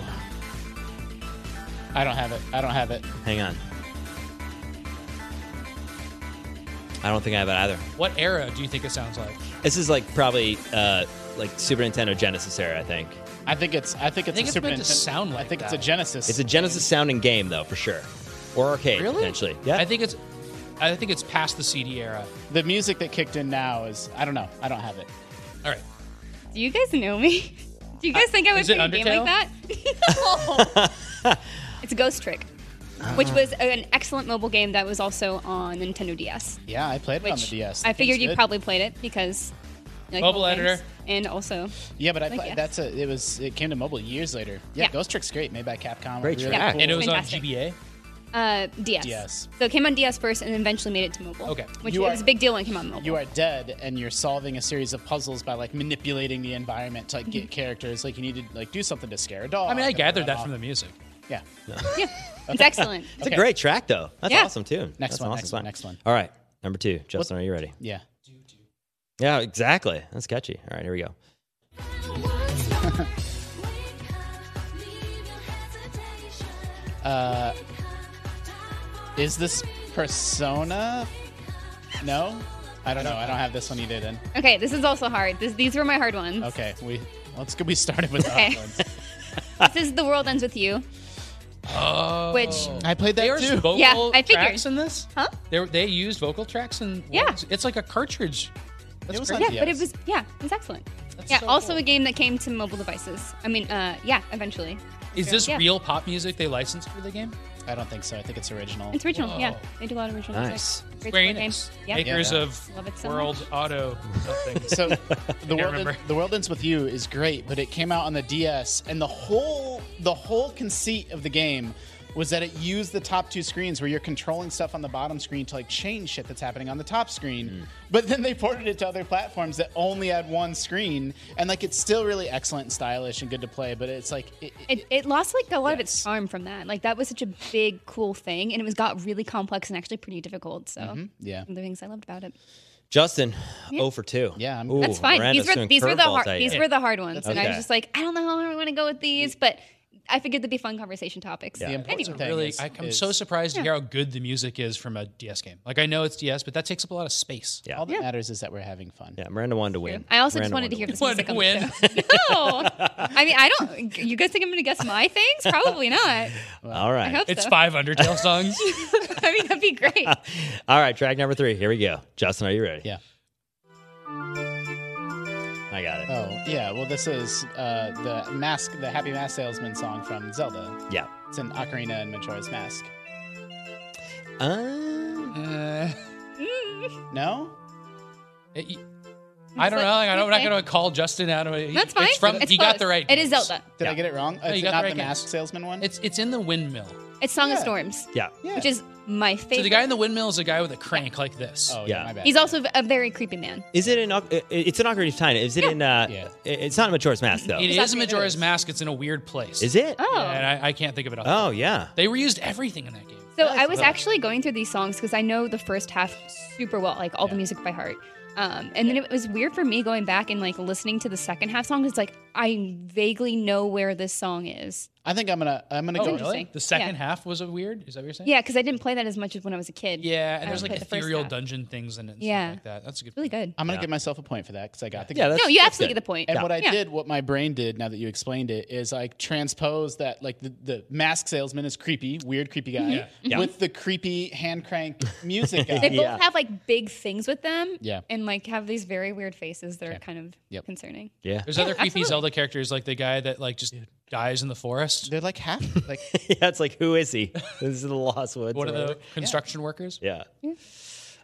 I don't have it. I don't have it.
Hang on. I don't think I have it either.
What era do you think it sounds like?
This is like probably uh, like Super Nintendo Genesis era, I think.
I think it's. I think it's
think
a
it's
Super
meant to
Ninten-
sound
I
like
think
that.
it's a Genesis.
It's a Genesis sounding game though, for sure, or arcade potentially. Yeah.
I think it's. I think it's past the CD era.
the music that kicked in now is. I don't know. I don't have it.
All right.
Do you guys know me? <laughs> Do you guys think I would
Uh, is it
play a game
Undertale?
like that? no.
<laughs>
<laughs> it's Ghost Trick,
Uh-huh.
which was an excellent mobile game that was also on Nintendo DS.
Yeah, I played it on the
which
DS.
I
The game's
figured you
good.
probably played it because you like
Mobile
games.
editor.
and also
Yeah, but I
Like,
play,
yeah.
that's a. It was. It came to mobile years later. Yeah,
Yeah.
Ghost Trick's great. Made by Capcom.
Great
really
track.
cool.
And it was
Fantastic.
on GBA.
uh, DS.
DS.
So it came on DS first, and eventually made it to mobile.
Okay.
which
You
it
are-
was a big deal when it came on mobile.
you are dead and you're solving a series of puzzles by like manipulating the environment to like get characters like you need to like do something to scare a dog
Mm-hmm. I mean, I
and
gathered
Oh, run
that
off.
from the music.
yeah
Yeah,
<laughs>
it's excellent.
It's a great track though. That's
Yeah.
awesome too.
Next
That's
one,
an awesome
next one,
song.
next one.
All right, number two, Justin, are you ready?
yeah
Yeah, exactly. That's catchy. All right, here we go.
uh is this persona no i don't know i don't have this one either then
Okay, this is also hard. This, these were my hard ones.
okay we let's get we started with the hard
Okay.
ones
This is the world ends with you,
Oh.
which
i played that
There's
too
vocal
Yeah, I figured.
tracks in this.
huh?
They, they used vocal tracks and
Yeah.
It's like a cartridge.
it was
great.
on
Yeah, but it was
DS.
yeah, it was excellent.
That's
yeah,
so
also
cool.
a game that came to mobile devices. I mean, uh, yeah, eventually.
Is this
Yeah.
real pop music they licensed for the game?
i don't think so i think it's original
It's original.
Whoa.
Yeah, they do a lot of original.
Nice.
Stuff. Great
Square
sport
Enix,
game. Yeah.
makers
Yeah.
of
Love it so
World Auto
<laughs>
something.
<laughs>
So the world,
remember.
the world ends with you is great, but it came out on the DS, and the whole the whole conceit of the game was that it used the top two screens where you're controlling stuff on the bottom screen to like change shit that's happening on the top screen. But then they ported it to other platforms that only had one screen, and like it's still really excellent and stylish and good to play. But it's like it, it,
It, it lost like a lot of its
Yes.
charm from that. Like that was such a big, cool thing, and it was got really complex and actually pretty difficult. So
Mm-hmm.
yeah.
one of the things I loved about it.
Justin, oh for two.
Yeah, I'm-
Ooh,
That's fine.
Miranda's
these were
throwing
these were the
curveballs
hard
at
these
you.
were the hard ones, and I
Okay.
was just like, I don't know how I want to go with these, but I figured they'd be fun conversation topics.
The important
Anyway.
thing
really,
is-
I, I'm
is
so surprised to hear how good the music is from a DS game. Like I know it's DS, but that takes up a lot of space.
Yeah.
all that
Yeah.
matters is that we're having fun.
Yeah, Miranda wanted to win.
I also
Miranda
just wanted to hear
<laughs>
win.
this
Wanted
music
to
on the show. <laughs> No, I mean I don't. You guys think I'm going to guess my things? Probably not.
All
I
right.
hope
It's
so.
five Undertale songs.
<laughs> I mean that'd be
<laughs>
great.
All right, track number three. Here we go. Justin, are you ready?
Yeah.
I got it.
Oh, yeah. Well, this is uh, the mask, the Happy Mask Salesman song from Zelda.
Yeah.
It's in Ocarina and Majora's Mask.
Uh,
Eh,
Mm,
No?
It- you- I don't know. like, I don't, I'm not going to call Justin out of it.
That's fine.
It's from,
It's
you got
close.
the right.
It is
games.
Zelda.
Did
Yeah.
I get it wrong?
you
is it
got the
not
right
the
guess.
Mask Salesman one?
It's it's in the windmill.
It's Song of
Yeah.
Storms,
yeah.
yeah.
which is my favorite.
So the guy in the windmill is a guy with a crank like this.
oh,
Yeah.
yeah. My bad.
He's also a very creepy man.
Is it in? Oc- uh, It's an Ocarina of Time. Is it in? Uh,
Yeah.
it- It's not in Majora's Mask though.
It is
Is
Exactly,
a
it
Majora's
is.
Mask. It's in a weird place.
it?
Oh,
Yeah, and I, I can't think of it. Off the
Oh yeah.
They reused everything in that game.
So
Nice.
I was
Wow.
actually going through these songs because I know the first half super well, like all the music by heart. Um, and then it was weird for me going back and like listening to the second half song because like I vaguely know where this song is.
I think I'm gonna I'm gonna
Oh,
go.
interesting.
really? The second
Yeah.
half was a weird. Is that what you're saying?
Yeah, because I didn't play that as much as when I was a kid.
Yeah, and
I
there's
only
like
played the first
ethereal
half.
dungeon things in it and
Yeah.
stuff like that. That's a good.
really good.
I'm gonna
Yeah.
give myself a point for that because I got the
Yeah. That's,
No, you
that's
absolutely
good.
get the point.
And what I
Yeah.
did, what my brain did, now that you explained it, is like transpose that, like the, the mask salesman is creepy, weird, creepy guy,
Yeah.
with the creepy hand crank
<laughs>
music
They
guy.
both have like big things with them.
Yeah.
And like have these very weird faces that are kind of
Yep.
concerning.
Yeah.
There's other creepy Zelda characters like the guy that like just dies in the forest.
They're like half, like <laughs>
<laughs> yeah. It's like who is he? This is the Lost Woods.
One
or
of the
whatever.
construction workers.
Yeah.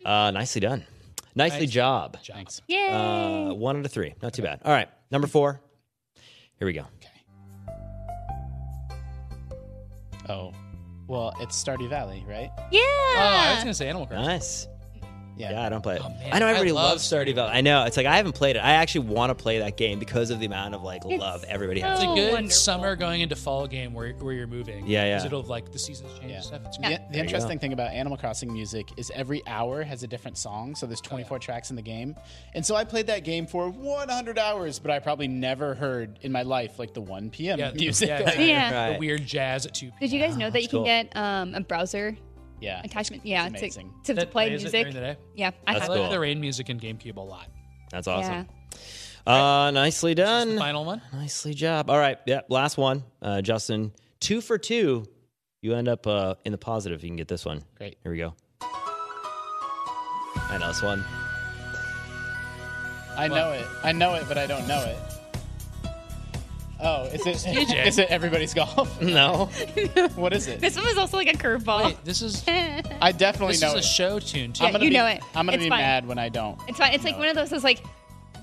Uh, nicely done. Nicely job.
thanks.
Yay!
Uh, one out of three. Not too bad. All right. Number four. Here we go.
Oh, well, it's Stardew Valley, right?
yeah.
Oh, I was gonna say Animal Crossing.
Nice.
Yeah.
Yeah, I don't play it.
Oh, man.
I know
I
everybody
love
loves Stardew Valley. I know. It's like I haven't played it. I actually want to play that game because of the amount of like
It's
love everybody
so
has.
It's a
Oh,
good
wonderful.
summer going into fall game where, where you're moving.
Yeah, yeah.
Because it'll like the seasons change
Yeah.
and stuff. It's
The-
great.
The, interesting thing about Animal Crossing music is every hour has a different song, so there's 24 tracks in the game. And so I played that game for 100 hours, but I probably never heard in my life like the 1
<laughs>
p.m.
Yeah,
<laughs> music.
yeah,
Like,
exactly.
Yeah.
Right.
The weird jazz at two. p.m.
Did you guys know that you
cool.
can get um, a browser
yeah.
attachment? Yeah, to,
amazing.
to, to
That
play
plays it
music.
during the day.
Yeah, I
That's
I
have
like
cool.
the rain music in GameCube a lot.
That's
it.
awesome. Uh, nicely
Mm.
done.
Final one.
Nicely job. All right. Yep. Last one. Uh, Justin, two for two. You end up uh, in the positive. if You can get this one.
Great.
Here we go. I know this one.
I know it. I know it, but I don't know it. Oh, is it?
DJ.
<laughs> is it everybody's
<laughs>
golf?
No.
<laughs> what is it?
This one was also like a curveball.
Wait, this
<laughs>
is
I definitely
this
know
is a
it.
show tune too.
Yeah,
I'm gonna
you
be-
know it.
I'm gonna
It's
be
fine.
mad when I don't.
It's fine. It's like one of those. that's like,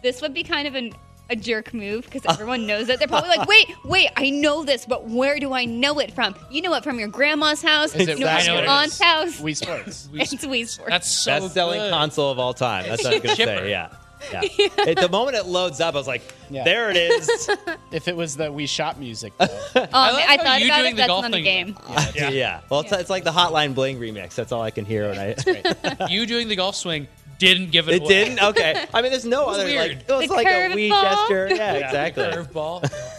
this would be kind of an a jerk move because everyone knows it. They're probably like, wait, wait, I know this, but where do I know it from? You know it from your grandma's house.
Is
you
it
know it
Wii
from your
Sports?
aunt's house.
Wii Sports.
it's Wii Sports.
That's so
Best selling
good.
console of all time. That's what I was going to
Chipper.
say. Yeah. <laughs> Yeah. At the moment it loads up, I was like,
Yeah.
there it is.
if it was the Wii Shop music, though.
Um, I,
like how
thought
you
about
doing
it.
the
That's
golf
not a
thing.
game.
<laughs> yeah. Well, it's, it's like the Hotline Bling remix. That's all I can hear when I.
you doing the golf swing didn't <laughs> give it.
<laughs> it
away.
didn't. Okay. I mean, there's no other like.
weird.
It was
The
like a
curve
wee
ball.
gesture. Yeah, exactly.
Curveball.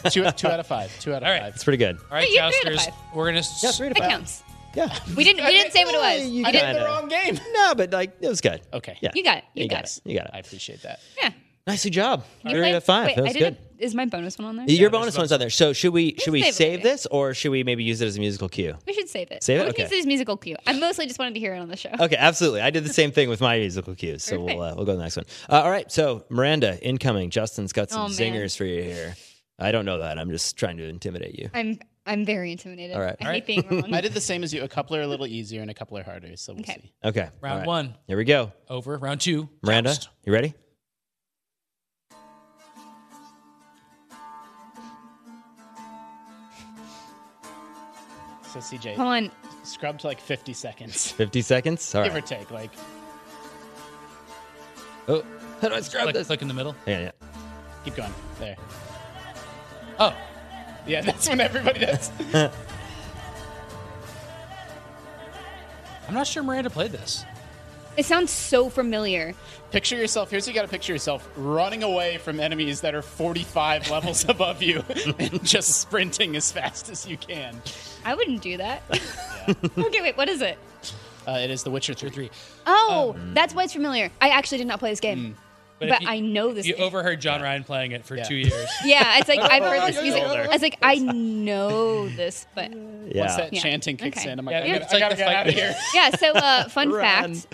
All
two, two out of five. Two out of
All right.
five.
It's pretty good.
right,
Yeah, you're three out of
Jousters. We're gonna. s-
Yeah, three to
That
five.
counts.
Yeah.
We didn't. We didn't say what it was.
You
We
I did
didn't.
the
kinda-
wrong game.
No, but like it was good.
Okay.
Yeah.
You got it. You
You
got
got
it.
it. You got
I
it.
appreciate that.
Yeah.
Nicely job.
You
Three out
played-
of five.
Wait,
that
I
was
did
good.
a, is my bonus one on there?
Your bonus one's on there. So should we should we
save it
save
later.
this or should we maybe use it as a musical cue?
We should save it.
Save it?
I would
Okay.
use this musical cue. I mostly just wanted to hear it on the show.
Okay, absolutely. I did the same thing with my musical cues, so we'll uh, we'll go to the next one. Uh, all right, so Miranda, incoming. Justin's got some
Oh, man.
zingers for you here. I don't know that. I'm just trying to intimidate you.
I'm I'm very intimidated.
All right.
I
All
hate being
<laughs>
wrong.
I did the same as you. A couple are a little easier and a couple are harder. So we'll
Okay.
see.
Okay, all
Round
right.
one
Here we go.
over. Round two.
Miranda,
Joust.
you ready?
So CJ,
Come on.
scrub to like 50
<laughs>
seconds,
Fifty seconds. All
give or
right.
take. Like
Oh, <laughs> how do I scrub
Click,
this?
click in the middle.
Yeah, yeah.
keep going. There.
Oh,
Yeah, <laughs> that's when everybody does.
I'm not sure Miranda played this.
It sounds so familiar.
Picture yourself. Here's what you got to picture yourself running away from enemies that are 45 <laughs> levels above you, and just sprinting as fast as you can.
I wouldn't do that. okay, wait, what is it?
Uh, it is The Witcher 3.
Three.
Oh, that's why it's familiar. I actually did not play this game, but,
if you-
I know this.
You
game.
overheard John Ryan playing it for
Yeah.
two years.
yeah, it's like I've heard this
you're
music.
older.
I was like, I know this, but
Once
Yeah.
that
Yeah.
chanting kicks
Okay.
in, I'm like,
Yeah,
I gotta,
it's like
I gotta
the
get
fight
out of
game.
here.
yeah. So, uh, fun
Run.
fact: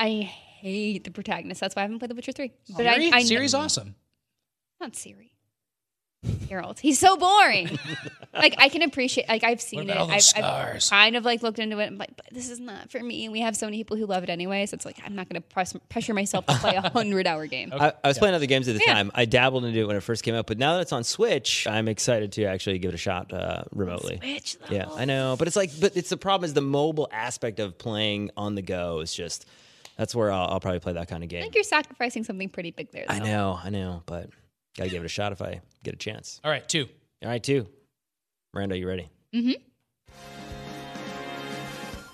I hate the protagonist. That's why I haven't played The Witcher Three. <laughs> But
Siri?
I, I
Siri's awesome.
not Siri. Geralt. He's
<laughs>
so boring. like I can appreciate. Like I've seen
What about all
it. I've,
those
I've
scars?
kind of like looked into it. I'm like, but this is not for me. And we have so many people who love it anyway. So it's like I'm not going to press pressure myself to
<laughs>
play a hundred hour game.
I, I was playing other games at the
Yeah.
time. I dabbled into it when it first came out, but now that it's on Switch, I'm excited to actually give it a shot uh, remotely.
Switch, though.
Yeah, I know, but it's like, but it's the problem is the mobile aspect of playing on the go is just that's where I'll, I'll probably play that kind of
I
game.
think you're sacrificing something pretty big there. Though.
I know, I know, but gotta give it a shot if I get a chance.
All right, two.
All right, too. Miranda, you ready?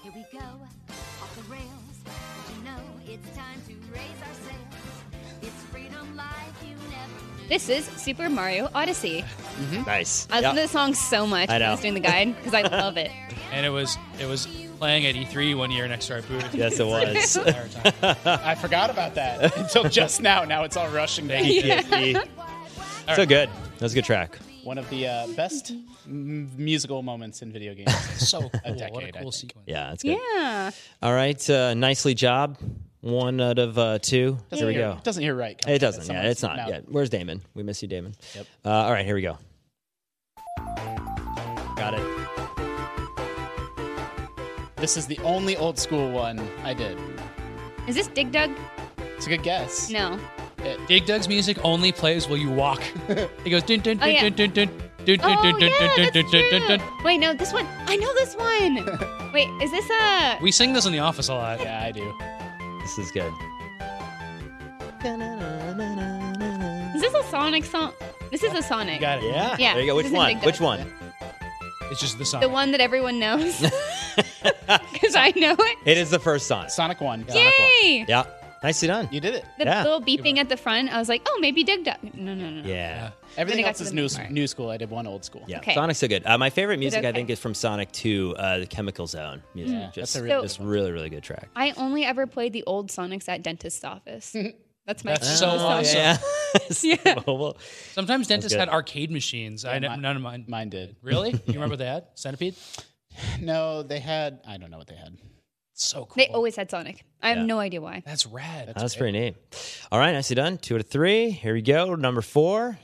Here we go, off the rails. But you know it's time to raise our sails. It's freedom like you never knew.
This is Super Mario Odyssey.
Nice.
Hmm? I
Yeah.
listen to this song so much.
I
when
know.
was doing the guide because I love it.
And it was it was playing at E3 one year next to our booth.
<laughs> Yes, it
<laughs>
was. <laughs>
The <laughs> entire time.
I forgot about that <laughs> until just now. Now it's all rushing back.
<laughs>
So good. That was a good track.
One of the uh, best m- musical moments in video games.
So cool. what a
decade, I
cool
think.
sequence.
Yeah, that's good.
Yeah.
All right, uh, nicely job. One out of uh, two. Here we
hear,
go.
Doesn't hear right.
It doesn't. Yeah,
Someone's-
it's not
no.
yet. Where's Damon? We miss you, Damon.
Yep.
Uh, all right, here we go. Got it.
This is the only old school one I did.
Is this Dig Dug?
It's a good
<laughs>
guess.
No.
Dig Dug's music only plays while you walk. It goes. dun, dun,
Oh,
dun,
yeah.
dun, dun, dun, dun,
Oh
dun, dun,
yeah,
dun,
that's
dun, dun, dun,
true.
dun.
Wait, no, this one. I know
<laughs>
this one. Wait, is this uh, a?
We sing this in the office a lot.
Yeah, I do.
This is good.
Is this a Sonic song? This is a Sonic.
You got it.
Yeah.
Yeah,
There you go. Which
this is a
one?
big dog.
Which one?
It's just the song.
The one that everyone knows. <laughs> Because I know it.
It is the first song.
Sonic One.
Yay!
Yeah. Nicely done.
You did it.
The
Yeah.
little beeping at the front. I was like, oh, maybe Dig Dug. No, no, no. no.
Yeah.
Everything
Then I got
else
to
is
the-
new,
Alright.
new school. I did one old school.
Yeah.
Okay.
Sonic's so good. Uh, my favorite music, I
okay?
think, is from Sonic 2, uh, the Chemical Zone music.
Yeah,
just,
that's a
really So-
just really, really good track.
I only ever played the old Sonics at dentist's office. That's my
That's so
favorite song.
awesome.
Yeah. So, <laughs>
<laughs> Yeah.
well,
Sometimes dentists
good.
had arcade machines. I
my-
n- none of mine.
Mine did.
Really? You remember the ad? Centipede?
No, they had. I don't know what they had.
So cool.
They always had Sonic. I have
Yeah.
no idea why.
That's rad.
that's pretty neat. All right, nicely done. Two out of three. Here we go. Number four.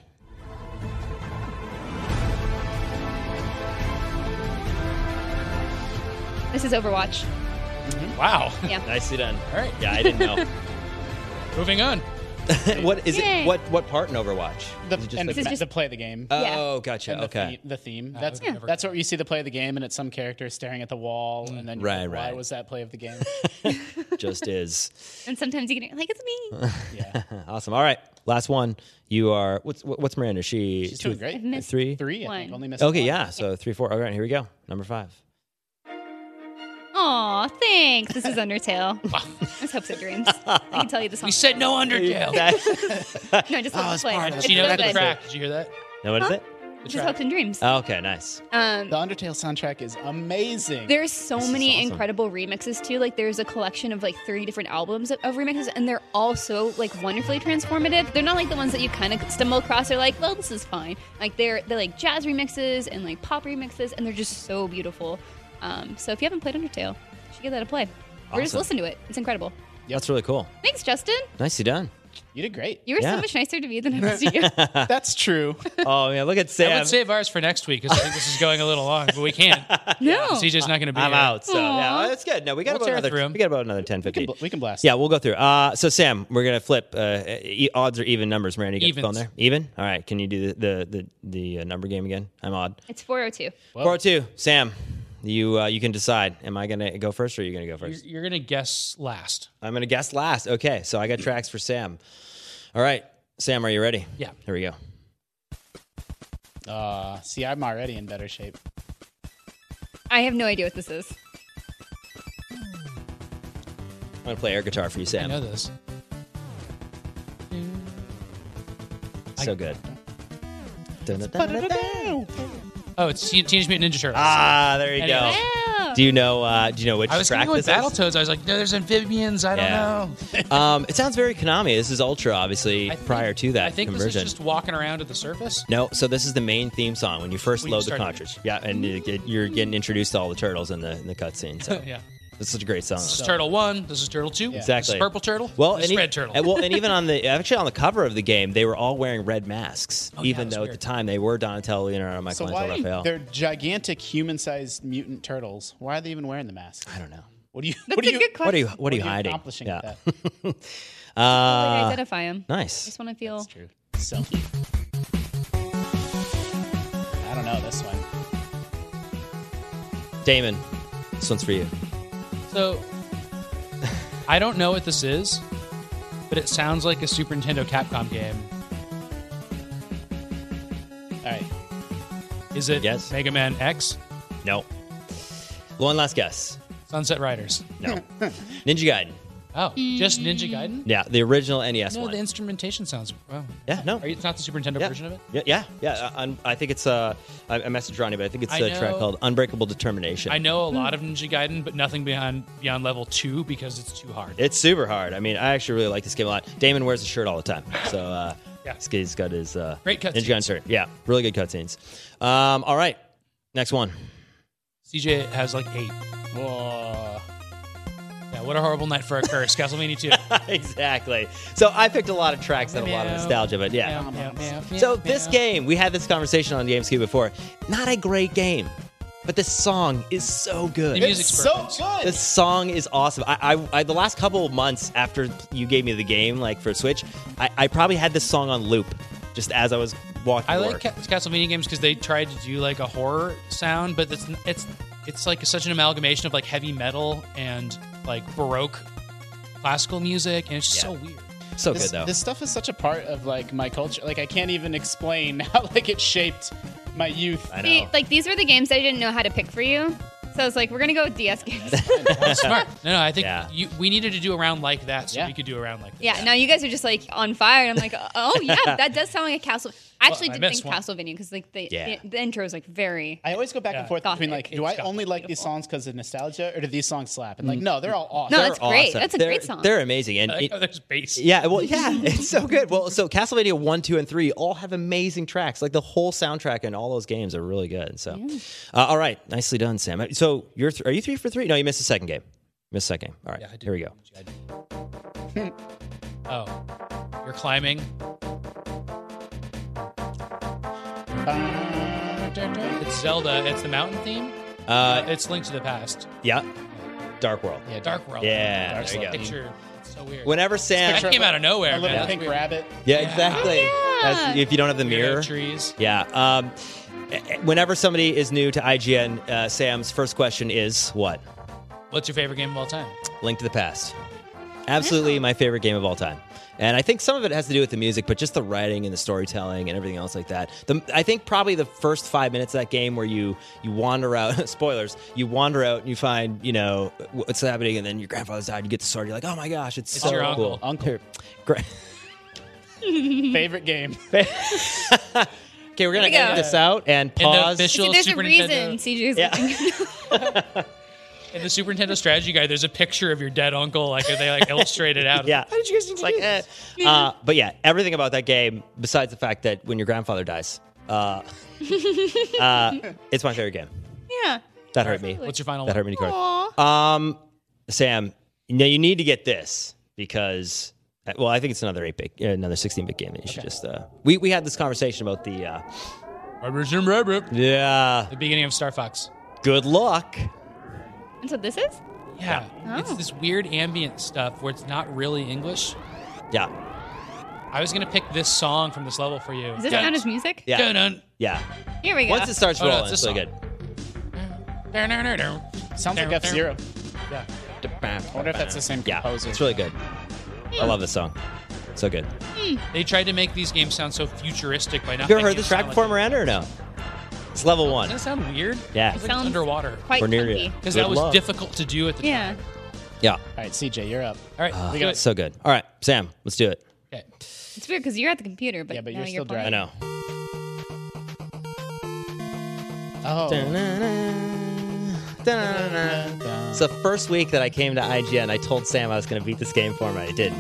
This is Overwatch. <laughs>
wow.
Nicely done.
All right.
Yeah, I didn't know.
Moving on.
<laughs> what is
Yay.
it? What what part in Overwatch?
The,
Is it just
and
the-
the,
This is
the play the game.
oh,
Yeah.
gotcha.
and the,
okay.
the- the theme. That's
okay. Yeah.
that's what you see the play of the game, and it's some character staring at the wall, and then you're
Mm, Right,
like, why
right.
was that play of
<laughs>
the game?
just is. <laughs>
And sometimes you can like, it's me.
yeah,
awesome. All right. Last one. You are what's what's Miranda? She
she's
two,
doing great.
I've missed
three.
Three, I think.
One.
Only missed.
Okay,
one.
yeah. So three, four. All right, here we go. Number five.
Aw, thanks. This is Undertale. this hopes and dreams. I can tell you the song.
We said no Undertale.
<laughs> no, just let play. It's
She knows
so
the
good.
track. Did you hear that?
now what is it?
Just hopes and dreams.
Oh, okay, nice.
Um,
The Undertale soundtrack is amazing.
There's so
is
many
awesome.
incredible remixes too. Like there's a collection of like three different albums of, of remixes, and they're all so like wonderfully transformative. They're not like the ones that you kind of stumble across. They're like, well, this is fine. Like they're they're like jazz remixes and like pop remixes, and they're just so beautiful. Um, so if you haven't played Undertale, you should give that a play, or just
Awesome.
listen to it. It's incredible.
That's really cool.
Thanks, Justin.
Nicely
<laughs>
done.
you did great.
You were
Yeah.
so much nicer to me than
<laughs>
I was to you.
That's true.
Oh man, look at Sam.
I would save ours for next week because I think this is going a little long, but we
<laughs>
can't.
no,
CJ's not going to be
Oh. I'm
here.
out. So yeah, that's good. No, we got
We'll tear through
about another.
'em.
We got about another 10, 15.
we can blast.
Yeah, we'll go through. Uh, so Sam, we're gonna flip uh, e- odds or even numbers. Miranda, you got the phone
Evens.
there. Even. All right. Can you do the the the, the uh, number game again? I'm odd.
it's 402.
Four oh two. Sam, you uh, you can decide. Am I gonna go first or are you gonna go
You're,
1st
you're going to guess last.
I'm gonna guess last. Okay. So I got tracks for Sam. All right, Sam, are you ready?
Yeah.
Here we go.
Uh, see, I'm already in better shape.
I have no idea what this is.
gonna play air guitar for you,
I
Sam.
know this.
So good.
Oh, it's Teen- Teenage Mutant Ninja Turtles.
Ah, there you
I
go.
know.
Wow.
Do you know? Uh, do you know which
I was
track
thinking with
this is?
Battletoads. I was like, no, there's amphibians. I don't
Yeah.
know.
<laughs> Um, it sounds very Konami. This is Ultra, obviously,
I think-
prior to that
I think
conversion.
this is just walking around at the surface.
No, so this is the main theme song when you first
When you
load the
started it.
cartridge. Yeah, and you get, you're getting introduced to all the turtles in the in the
<laughs>
cutscene. So
Yeah.
it's such a great song.
This is Turtle One. This is Turtle Two. This
Exactly.
is Purple Turtle.
Well,
This
and
is
e-
Red Turtle.
and well, and even
<laughs>
on the actually on the cover of the game, they were all wearing red masks,
Oh, yeah,
even
that's
though
weird.
at the time they were Donatello, Leonardo,
So
Michelangelo,
why
Raphael.
they're gigantic human-sized mutant turtles? Why are they even wearing the mask?
I don't know.
What do you?
That's
what do
a
you?
good question.
What are you What are you hiding?
accomplishing
yeah.
with that?
Like,
<laughs> Uh,
identify them. I
nice.
just want to feel.
<laughs> True. Selfie. I don't know this one.
Damon, this one's for you.
so I don't know what this is, but it sounds like a Super Nintendo Capcom game.
All right.
Is it
Yes.
Mega Man X?
No. One last guess.
Sunset Riders.
No. Ninja Gaiden.
Oh, just Ninja Gaiden.
Yeah, the original NES
No,
one.
the instrumentation sounds. Wow.
yeah, no.
Are you, it's not the Super Nintendo
yeah.
version of it.
Yeah, yeah, yeah. uh, un- I think it's uh, I, I messaged Ronnie, but I think it's
I
a track
know-
called "Unbreakable Determination."
I know a lot of Ninja Gaiden, but nothing beyond beyond level two because it's too hard.
It's super hard. I mean, I actually really like this game a lot. Damon wears a shirt all the time, so uh,
<laughs> Yeah.
this kid's got his uh,
Great
Ninja
cutscenes.
Gaiden shirt. Yeah, really good cutscenes. Um, all right, next one. <laughs>
CJ has like eight.
Whoa.
Yeah, what a horrible night for a curse. Castlevania two.
exactly. So I picked a lot of tracks that had a lot of
Meow.
nostalgia, but yeah.
Meow, meow, meow,
So
meow,
this
meow.
game, we had this conversation on GameScube before. Not a great game, but this song is so good.
The music's
So
perfect.
good.
The song is awesome. I, I, I the last couple of months after you gave me the game, like for Switch, I, I probably had this song on loop just as I was walking.
I
to
like
work.
Ca- Castlevania games because they tried to do like a horror sound, but it's it's it's like such an amalgamation of like heavy metal and like baroque classical music, and it's just
Yeah.
so weird.
so
This,
good though.
this stuff is such a part of like my culture. Like I can't even explain <laughs> how like it shaped my youth.
I
See,
know.
like these were the games I didn't know how to pick for you, so I was like, we're gonna go with
<laughs>
DS games.
Smart. No, no, I think
Yeah.
you, we needed to do a round like that, so
Yeah.
we could do a round like that.
yeah. Now you guys are just like on fire. And I'm like, oh
<laughs>
yeah, that does sound like a castle. I actually
I
did
missed
think
one.
Castlevania because like the,
Yeah.
the the intro is like very.
I always go back
Yeah.
and forth between
Gothic.
like, do I
It's
only like these
gothic.
songs because of nostalgia, or do these songs slap?
Mm.
And like, no, they're all awesome.
No,
They're
that's great. That's a
They're-
great song.
They're amazing, and
I <laughs> like
it-
how there's bass.
yeah, well, yeah, <laughs> it's so good. Well, so Castlevania one, two, and three all have amazing tracks. Like the whole soundtrack and all those games are really good. So, uh, all right, nicely done, Sam. So you're th- are you three for three? No, you missed the second game. Missed the second game. All right,
Yeah, I did.
here we go.
I did. oh, you're climbing. It's Zelda. It's the mountain theme.
Uh,
It's Link to the Past.
yeah, Dark World.
Yeah,
Dark World.
Yeah,
Dark
there you go.
Picture. It's so weird.
Whenever Sam,
that
Picture
came out of nowhere.
A little
man.
pink
That's weird.
rabbit.
yeah, exactly.
Oh,
That's, if you don't have the mirror,
Weirdo trees.
Yeah. Um, eh, eh, whenever somebody is new to IGN, uh, Sam's first question is what?
What's your favorite game of all time?
Link to the Past. Absolutely my favorite game of all time. And I think some of it has to do with the music, but just the writing and the storytelling and everything else like that. The, I think probably the first five minutes of that game where you you wander out, <laughs> spoilers, you wander out and you find, you know, what's happening, and then your grandfather's died, you get the story, you're like, oh my gosh, it's,
It's
so
your
cool.
uncle.
<laughs> Uncle.
Gra- <laughs>
Favorite game.
okay, we're going to
Here we
end
go.
this out and
In the
pause.
official
See, there's
Super
a reason
Nintendo,
CJ's
Yeah.
looking.
in the Super Nintendo strategy guide, there's a picture of your dead uncle. Like they like illustrate it out.
<laughs> Yeah. How did you guys like, eh. uh, But yeah, everything about that game, besides the fact that when your grandfather dies, uh, uh, it's my favorite game. <laughs>
yeah.
That hurt me.
What's your final?
That hurt
one?
me to core.
Aw.
Um, Sam, now you need to get this because, uh, well, I think it's another eight bit, yeah, another sixteen bit game, and you should just. Uh, we we had this conversation about the. Uh,
The
yeah.
beginning of Star Fox.
Good luck.
That's what this is.
Yeah, it's
Oh.
this weird ambient stuff where it's not really English.
Yeah.
I was gonna pick this song from this level for you.
Is this
Dun-
not his music?
Yeah.
dun- dun-
Yeah.
Here we go.
Once it starts
Oh, no,
rolling,
it's
it's
a
really good.
dun- dun- dun- dun.
Sounds like
There-
F Zero.
Yeah.
I wonder if that's the same
Yeah.
composer.
It's really good. I love this song. So good.
They tried to make these games sound so futuristic by not.
You ever
making
heard
it
this
sound
track
like-
before, Miranda, or no? It's level one.
Doesn't that sound weird? It sounds like
Yeah.
it's
Sounds
underwater.
quite
Cornelia.
funky.
Because
Good
that was
luck.
difficult to do at the
Yeah.
Yeah.
All right, CJ, you're up.
All right.
Uh,
we
do
got
it.
So good. All right, Sam, let's do it.
Okay.
It's weird because you're at the computer, but,
Yeah, but
now
you're
you're,
still
I
playing.
know.
Oh,
It's the first week that I came to IGN. I told Sam I was going to beat this game for him. and I didn't.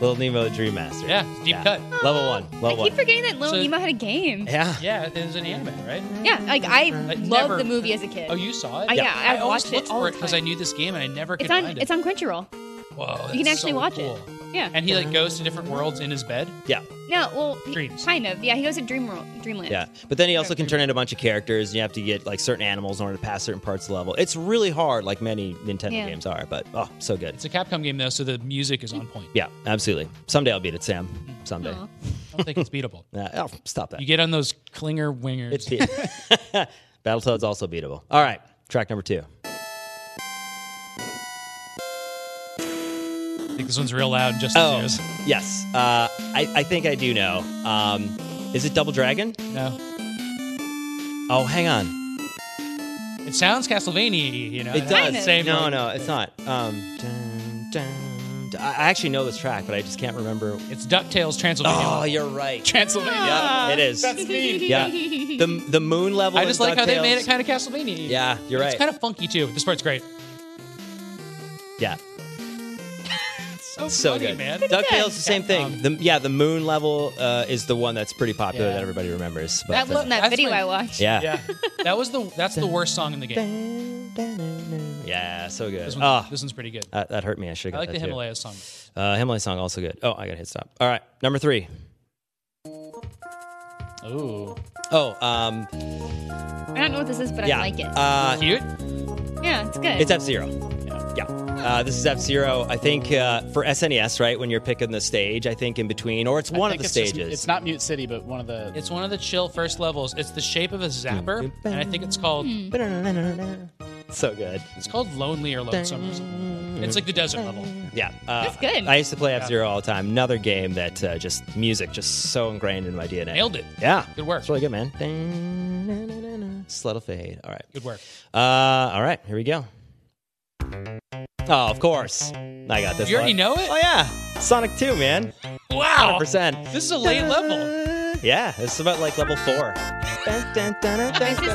Little Nemo Dream Master.
Yeah, deep cut.
Level one.
I
Level
keep
one.
forgetting that Little
So-
Nemo had a game.
Yeah.
Yeah, it was an anime, right?
Yeah, like I
I've
loved
never-
the movie as a kid.
Oh, you saw it?
Uh, yeah, I
always
watched it
looked
all
for it
the
because I
time.
knew this game and I never could
it's on
find it.
it's on Crunchyroll.
Whoa,
You can
that's
actually
so
watch
cool.
it. Yeah.
And he like goes to different worlds in his bed.
Yeah.
no, well, he-
Dreams.
kind of. Yeah, he goes to Dream World, Dreamland.
Yeah. But then he also can turn into a bunch of characters, and you have to get like certain animals in order to pass certain parts of the level. It's really hard, like many Nintendo
Yeah.
games are, but oh, so good.
It's a Capcom game though, so the music is on point.
Yeah, absolutely. Someday I'll beat it, Sam. Someday.
Aw.
I don't think it's beatable.
Uh, oh, stop that.
You get on those clinger wingers.
It's beat- <laughs> Battletoads also beatable. All right, track number two.
I think this one's real loud. Just
Oh,
as yours.
yes. Uh, I, I think I do know. Um, is it Double Dragon?
No,
Oh, hang on.
it sounds Castlevania. You know,
It
has the
does.
Same
no,
like-
no, it's not. Um, dun, dun, dun. I I actually know this track, but I just can't remember.
It's Ducktales Transylvania.
Oh, you're right.
Transylvania.
Yeah, it is.
That's
<laughs>
me.
Yeah. The, the moon level.
I
in
just like how they made
DuckTales-
it kind of Castlevania.
Yeah, you're right.
It's kind of funky too. This part's great.
yeah.
So,
So
funny,
good.
man.
DuckTales, the same
Um,
thing. The, yeah, the moon level uh, is the one that's pretty popular
Yeah.
that everybody remembers. But,
That
uh,
lo-
From that
That's
video
my-
I watched.
yeah.
Yeah, that was the that's the worst song in the game.
Yeah, so good.
This, one,
<laughs> Ah,
this one's pretty good.
that, that hurt me. I should
I
have
like
got
the
that too.
Himalaya song.
Uh, Himalaya song also good. Oh, I gotta hit stop. All right, number three.
Ooh.
Oh, um,
I don't know what this is, but
yeah,
I like it.
Uh,
Cute.
yeah, it's good.
it's F Zero. Yeah, uh, this is F Zero. I think uh, for SNES, right? When you're picking the stage, I think in between, or it's
I
one of
think
the
it's just-
stages.
it's not Mute City, but one of the.
It's one of the chill first levels. It's the shape of a zapper, and I think it's called
<laughs> so good.
it's called Lonely or Lonesome. or something. It's like the desert level.
Yeah, uh,
That's good.
I used to play F Zero all the time. Another game that uh, just music just so ingrained in my DNA.
Nailed it.
Yeah,
Good work.
It's really good, man. Sluttle fade. All right.
Good work.
Uh, all right, here we go. Oh, of course. I got this.
You already
one.
know it?
Oh yeah, Sonic Two, man.
Wow.
Percent.
This is a late level.
Yeah, this is about like level four. This
This is
<laughs>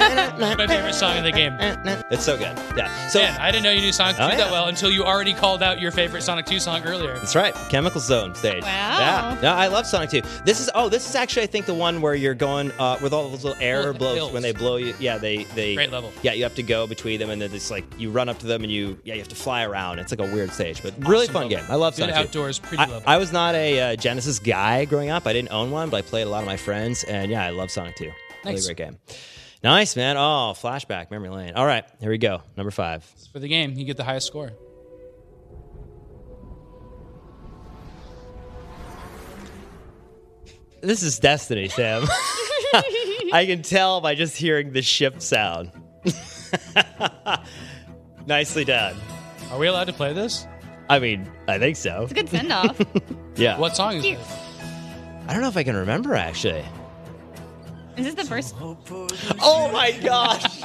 Sonic?
My favorite song in the game.
It's so good. Yeah. So
Dan, I didn't know you knew Sonic 2
Oh, yeah.
that well until you already called out your favorite Sonic 2 song earlier.
That's right, Chemical Zone stage.
Wow.
Yeah, no, I love Sonic 2. This is oh, this is actually I think the one where you're going uh, with all those little air
Little
blows
hills.
when they blow you. Yeah, they they
Great level.
Yeah, you have to go between them and then it's like you run up to them and you yeah you have to fly around. It's like a weird stage, but really
Awesome
fun
level.
game. I love
Good
Sonic 2.
outdoors, pretty
I,
level.
I was not a uh, Genesis guy growing up. I didn't own one, but I played a lot of my friends, and yeah, I love Sonic 2.
Nice.
Really great game. Nice man. Oh, flashback, memory lane. All right, here we go. Number five.
For the game, you get the highest score.
This is Destiny, Sam. <laughs> I can tell by just hearing the ship sound. <laughs> Nicely done.
Are we allowed to play this?
I mean, I think so.
It's a good send off.
<laughs> Yeah.
What song is
Cute.
it?
I don't know if I can
<laughs>
remember actually.
is this the first?
Oh my gosh!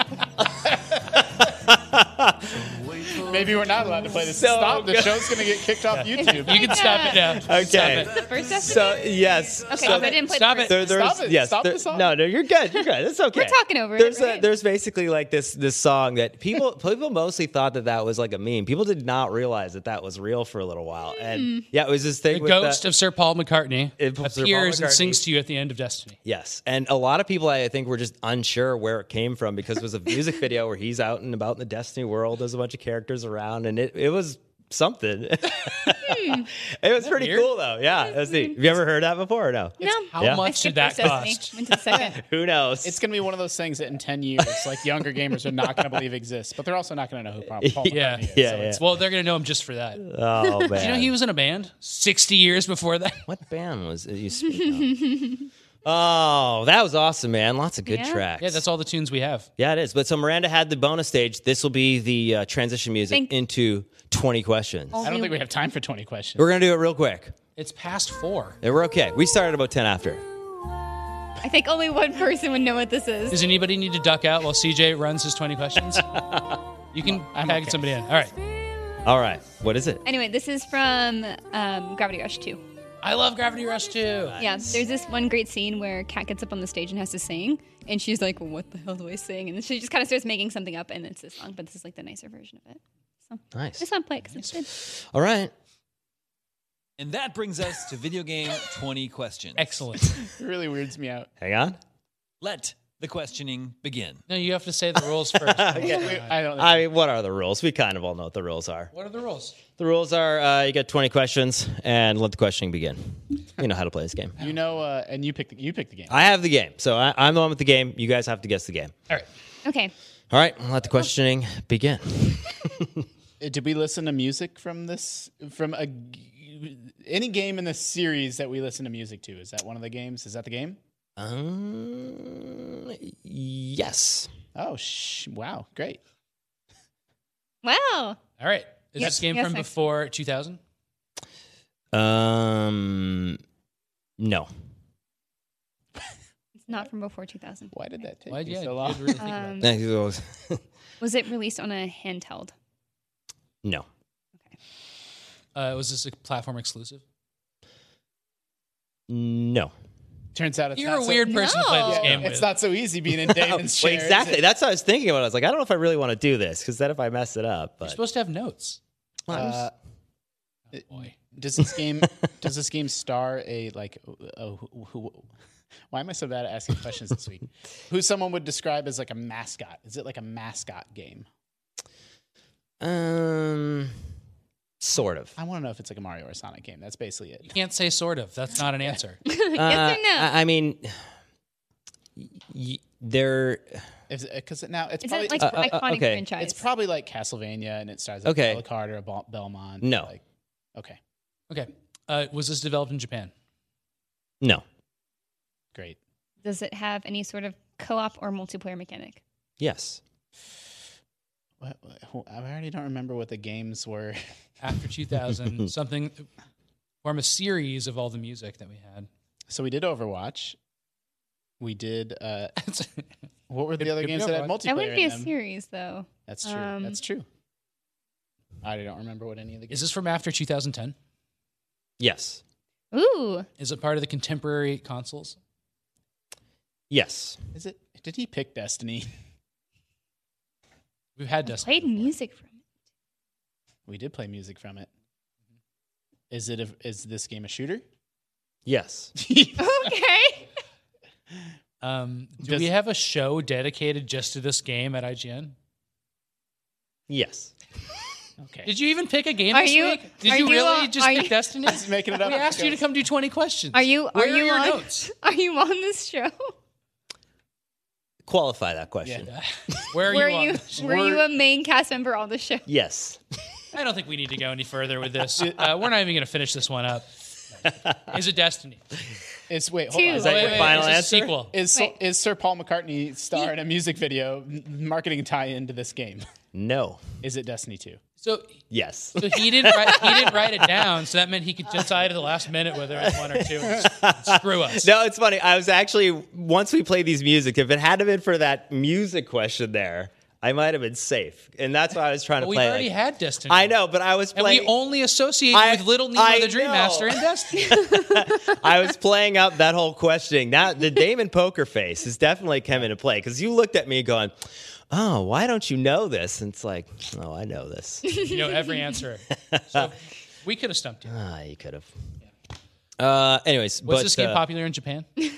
Maybe we're not allowed to play this.
So
Stop. The
good.
show's going to get kicked off YouTube.
You can stop it now. Stop
Okay.
it.
The first
So
Destiny?
yes.
okay,
so
but I didn't play
Stop
the
it.
first.
There, there's,
Stop it.
Yes,
Stop
there-
the song.
No, no, you're good. You're good.
<laughs>
It's okay.
talking over it,
There's
right?
a, there's basically like this this song that people people mostly thought that that was like a meme. People did not realize that that was real for a little while.
Mm.
And yeah, it was this thing
The
with
ghost
the,
of Sir Paul McCartney
It- Sir Paul
appears and
McCartney.
sings to you at the end of Destiny.
yes. And a lot of people I think were just unsure where it came from because it was a music video where he's out and about in the Destiny world. There's a bunch of characters around, and it it was something. <laughs> it was pretty
weird?
cool though. Yeah, that's neat. Have you ever heard that before or no?
No.
How
Yeah. I
I
much did
skipped
that
first Destiny. <laughs>
cost?
Went to the
<laughs>
second.
Who knows?
It's going to be one of those things that in 10 years, like younger gamers are not going to believe exists, but they're also not going to know who Paul, Paul
<laughs> Yeah.
<laughs>
McCartney is.
Yeah,
so
yeah.
it's-
Well, they're going to know him just for that. Do
oh man.
you know he was in a band 60 years before
<laughs>
that?
What band was it you speak of? Oh, that was awesome, man. Lots of good
Yeah.
tracks.
Yeah, that's all the tunes we have.
Yeah, it is. But so Miranda had the bonus stage. This will be the uh, transition music
Thank-
into 20 questions.
I don't think we have time for 20 questions.
We're going to do it real quick.
It's past four.
Yeah, We're okay. We started about 10 after.
I think only one person would know what this is.
Does anybody need to duck out while CJ runs his 20
<laughs>
questions? You can tag
okay.
somebody in. All right.
All right. What is it?
Anyway, this is from um, Gravity Rush 2.
I love Gravity Rush too.
Yeah, there's this one great scene where Kat gets up on the stage and has to sing, and she's like, well, "What the hell do I sing?" And then she just kind of starts making something up, and it's this song, but this is like the nicer version of it. I
Nice.
just want to play because it's good.
All right.
And that brings us to video
<laughs>
game 20 questions.
Excellent.
It really weirds me out.
Hang on.
Let the questioning begin.
No, you have to say the
<laughs>
rules first.
I don't.
I mean, what are the rules? We kind of all know what the rules are.
What are the rules?
The rules are uh, you get 20 questions and let the questioning begin. You know how to play this game.
You know, uh, and you pick the, you pick the game.
I have the game. So I, I'm the one with the game. You guys have to guess the game.
All right.
Okay,
All right. Let the questioning begin.
Uh, Did we listen to music from this from a g- any game in the series that we listen to music to? Is that one of the games? Is that the game?
Um, yes.
Oh, sh- wow, great.
wow,
All right. Is
Yes.
this game
Yes,
from
I-
before 2000?
Um, no.
it's not from before 2000.
Why did that take
Why,
you
yeah,
so
you
long?
did really think about
Um,
<laughs> no.
was it released on a handheld? <laughs>
it. Uh, was this a platform exclusive?
No.
<laughs> Turns out it's
You're
not
a
so-
weird person to play this
No.
game
It's
with. Oh,
not so easy
<laughs>
being in
<laughs>
Damon's
Well,
chair. is
exactly.
it?
That's what I was thinking about. I was like, I don't know if I really want to do this because then if I mess it up,
You're
but
supposed to have notes.
Uh,
Oh, boy.
does
<laughs>
this game does this game star a like a, a- who, who- why am I so bad at asking questions this
<laughs>
week? Who someone would describe as like a mascot? Is it like a mascot game?
um, sort of.
I want to know if it's like a Mario or Sonic game. That's basically it.
You can't say sort of. That's not an answer.
yes or no?
Uh, I, I mean, y- y- there.
Because now it's
Is
probably
it like
Uh, uh, uh,
iconic
okay.
franchise?
It's probably like Castlevania, and it stars like
Okay.
okay. Alucard or Bel- Belmont.
No.
Like, okay,
Okay. Uh, was this developed in Japan?
No.
great.
Does it have any sort of co-op or multiplayer mechanic?
Yes.
What, what- who- I already don't remember what the games were. <laughs>
After 2000, something form a series of all the music that we had. <laughs>
So we did Overwatch. We did. Uh, what were the
Good-
other
good
games that had
Overwatch.
multiplayer?
That wouldn't be
in
a
them?
series though.
That's true.
Um,
That's true. I don't remember what any of the
Is
games.
this from after 2010?
Yes.
Ooh,
Is it part of the contemporary consoles?
Yes.
Is it? Did he pick Destiny? <laughs>
We've had
I
Destiny.
played
before.
music from it.
We did play music from it. Is it? A, is this game a shooter? <laughs>
Yes.
<laughs> Okay.
Um, do
Does-
we have a show dedicated just to this game at IGN?
Yes.
okay.
Did you even pick a game
Are
this
you-
week? Did
are
you
you,
really
uh,
just
are
pick
you-
Destiny?
He's making it up.
we
as he
asked you to
goes.
come do 20 questions.
Are you- are
Where
you
your
on-
notes?
Are you on this show?
Qualify that question.
Where are
were
you, on
you,
this?
were you a main cast member on the show?
Yes.
I don't think we need to go any further with this. Uh, we're not even going to finish this one up. Is it Destiny?
It's wait. Hold
Two.
on.
Is
that your final
is this a
answer?
Sequel.
Is
Wait.
is Sir Paul McCartney star in a music video n- marketing tie into this game?
No.
Is it Destiny 2?
So,
Yes.
<laughs> so he didn't write, he didn't write it down. So that meant he could decide at the last minute whether it's one or two. And s- screw us.
<laughs> <laughs> No, it's funny. I was actually once we play these music. If it had been for that music question there, I might have been safe, and that's why I was trying
But
to
we've
play.
already
like-
had Destiny.
I know, but I was
And
playing.
we only associate you
I-
with Little Nemo
I
the Dream
know.
Master and Destiny.
I was playing up that whole questioning. That the Damon poker face has definitely come into play because you looked at me going, "Oh, why don't you know this?" And it's like, "Oh, I know
<laughs>
this."
you know every answer. So we could have stumped you.
ah, you could have. Uh, anyways,
Was
but,
this game
uh,
popular in
<laughs>
Japan? Yeah,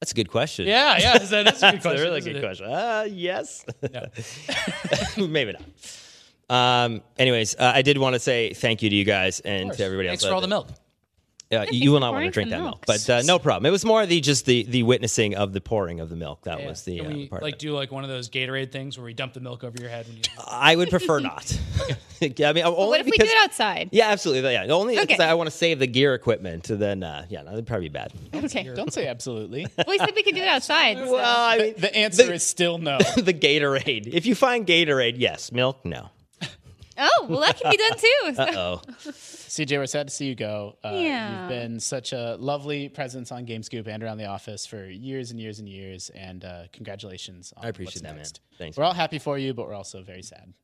That's a good question. <laughs>
yeah, that is a good
That's
question.
a really
isn't
good
it?
question. Uh, yes.
No.
<laughs> Maybe not. Um, anyways, uh, I did want to say thank you to you guys and to everybody
Thanks
else.
for all the milk.
Uh, you-
thanks
you will
for
not want to
pouring
drink
some
that milk,
milk.
but uh, no problem. It was more the just the the witnessing of the pouring of the milk. That
Yeah.
was the
Can
uh,
we
part. of
like
it.
do like one of those Gatorade things where we dump the milk over your head when you
I would
<laughs>
prefer not. <laughs> I mean, only
What if we do
because-
it outside?
Yeah, absolutely. Yeah, only because
Okay.
I want to save the gear equipment. To then, uh, yeah, no, that'd probably be bad.
Okay. Well,
Don't
<laughs>
say absolutely.
we said we could
<laughs>
do it outside. so-
Well, I <laughs> mean,
the answer is still no.
<laughs>
the Gatorade. If you find Gatorade, yes. Milk, no.
Oh, well, that can be done too. So-
Uh oh.
CJ, we're sad to see you go. Uh,
Yeah.
You've been such a lovely presence on GameScoop and around the office for years and years and years, and uh, congratulations. On
I appreciate
what's
that, man.
next.
Thanks.
We're all happy for you, but we're also very sad.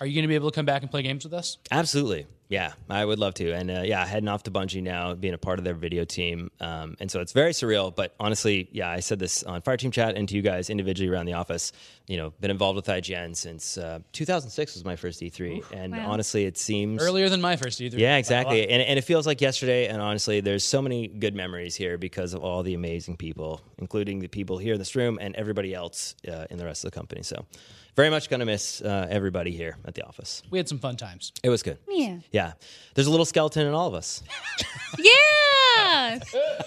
Are you going to be able to come back and play games with us?
Absolutely. Yeah, I would love to. And uh, yeah, heading off to Bungie now, being a part of their video team. Um, and so it's very surreal. But honestly, yeah, I said this on Fire Team Chat and to you guys individually around the office. You know, been involved with IGN since uh, 2006 was my first E3. and
wow.
honestly, it seems.
Earlier than my first either.
Yeah, exactly. And, and it feels like yesterday. And honestly, there's so many good memories here because of all the amazing people, including the people here in this room and everybody else uh, in the rest of the company. So, very much going to miss uh, everybody here at the office.
We had some fun times.
It was good.
yeah.
Yeah. There's a little skeleton in all of us.
Yeah.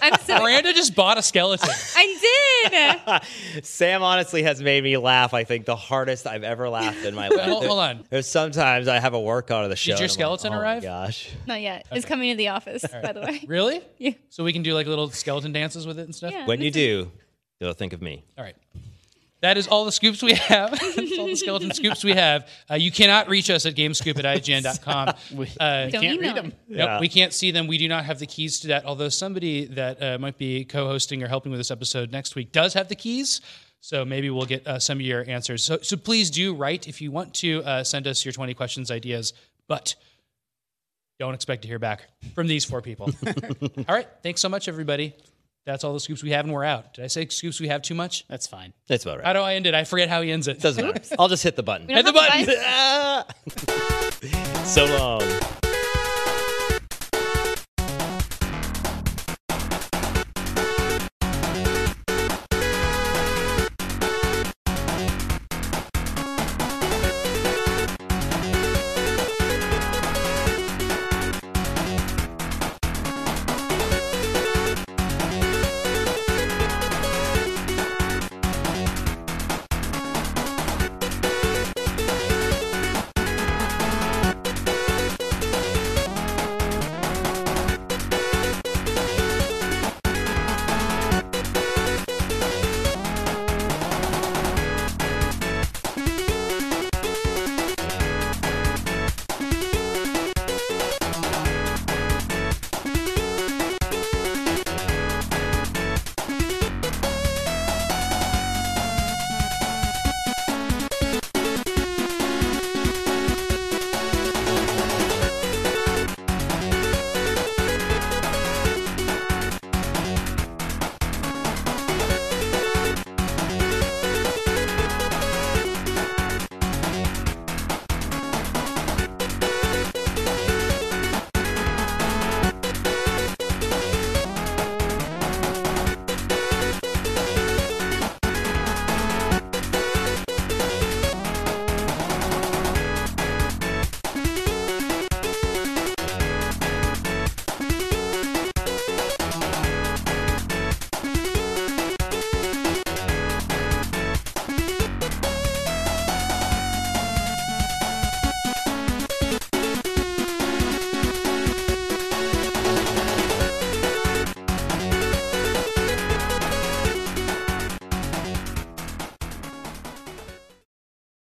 I'm so.
Miranda just bought a skeleton.
<laughs>
I did.
Sam honestly has made me laugh, I think, the hardest I've ever laughed in my life.
Hold- hold on.
There's sometimes I have a workout of the show.
your
and I'm like,
skeleton
"Oh my
arrive?"
gosh.
Not yet. It's coming to the office, by the way.
really?
Yeah.
So we can do like little skeleton dances with it and stuff?
Yeah.
When you do, you'll think of me.
All right. That is all the scoops we have. <laughs> That's all the skeleton scoops we have. Uh, you cannot reach us at gamescoop at ign.com.
We,
Uh,
we
Don't
can't
email
read them.
Nope, we can't see them. We do not have the keys to that. Although somebody that uh, might be co-hosting or helping with this episode next week does have the keys, so maybe we'll get uh, some of your answers. So, so please do write if you want to uh, send us your twenty questions ideas, but don't expect to hear back from these four people. all right, thanks so much, everybody. That's all the scoops we have, and we're out. Did I say scoops we have too much?
That's fine.
That's about
How
right.
do I end it? I forget how he ends it. <laughs>
Doesn't matter. I'll just hit the button.
don't
Hit the
have to buy-
<laughs> so long.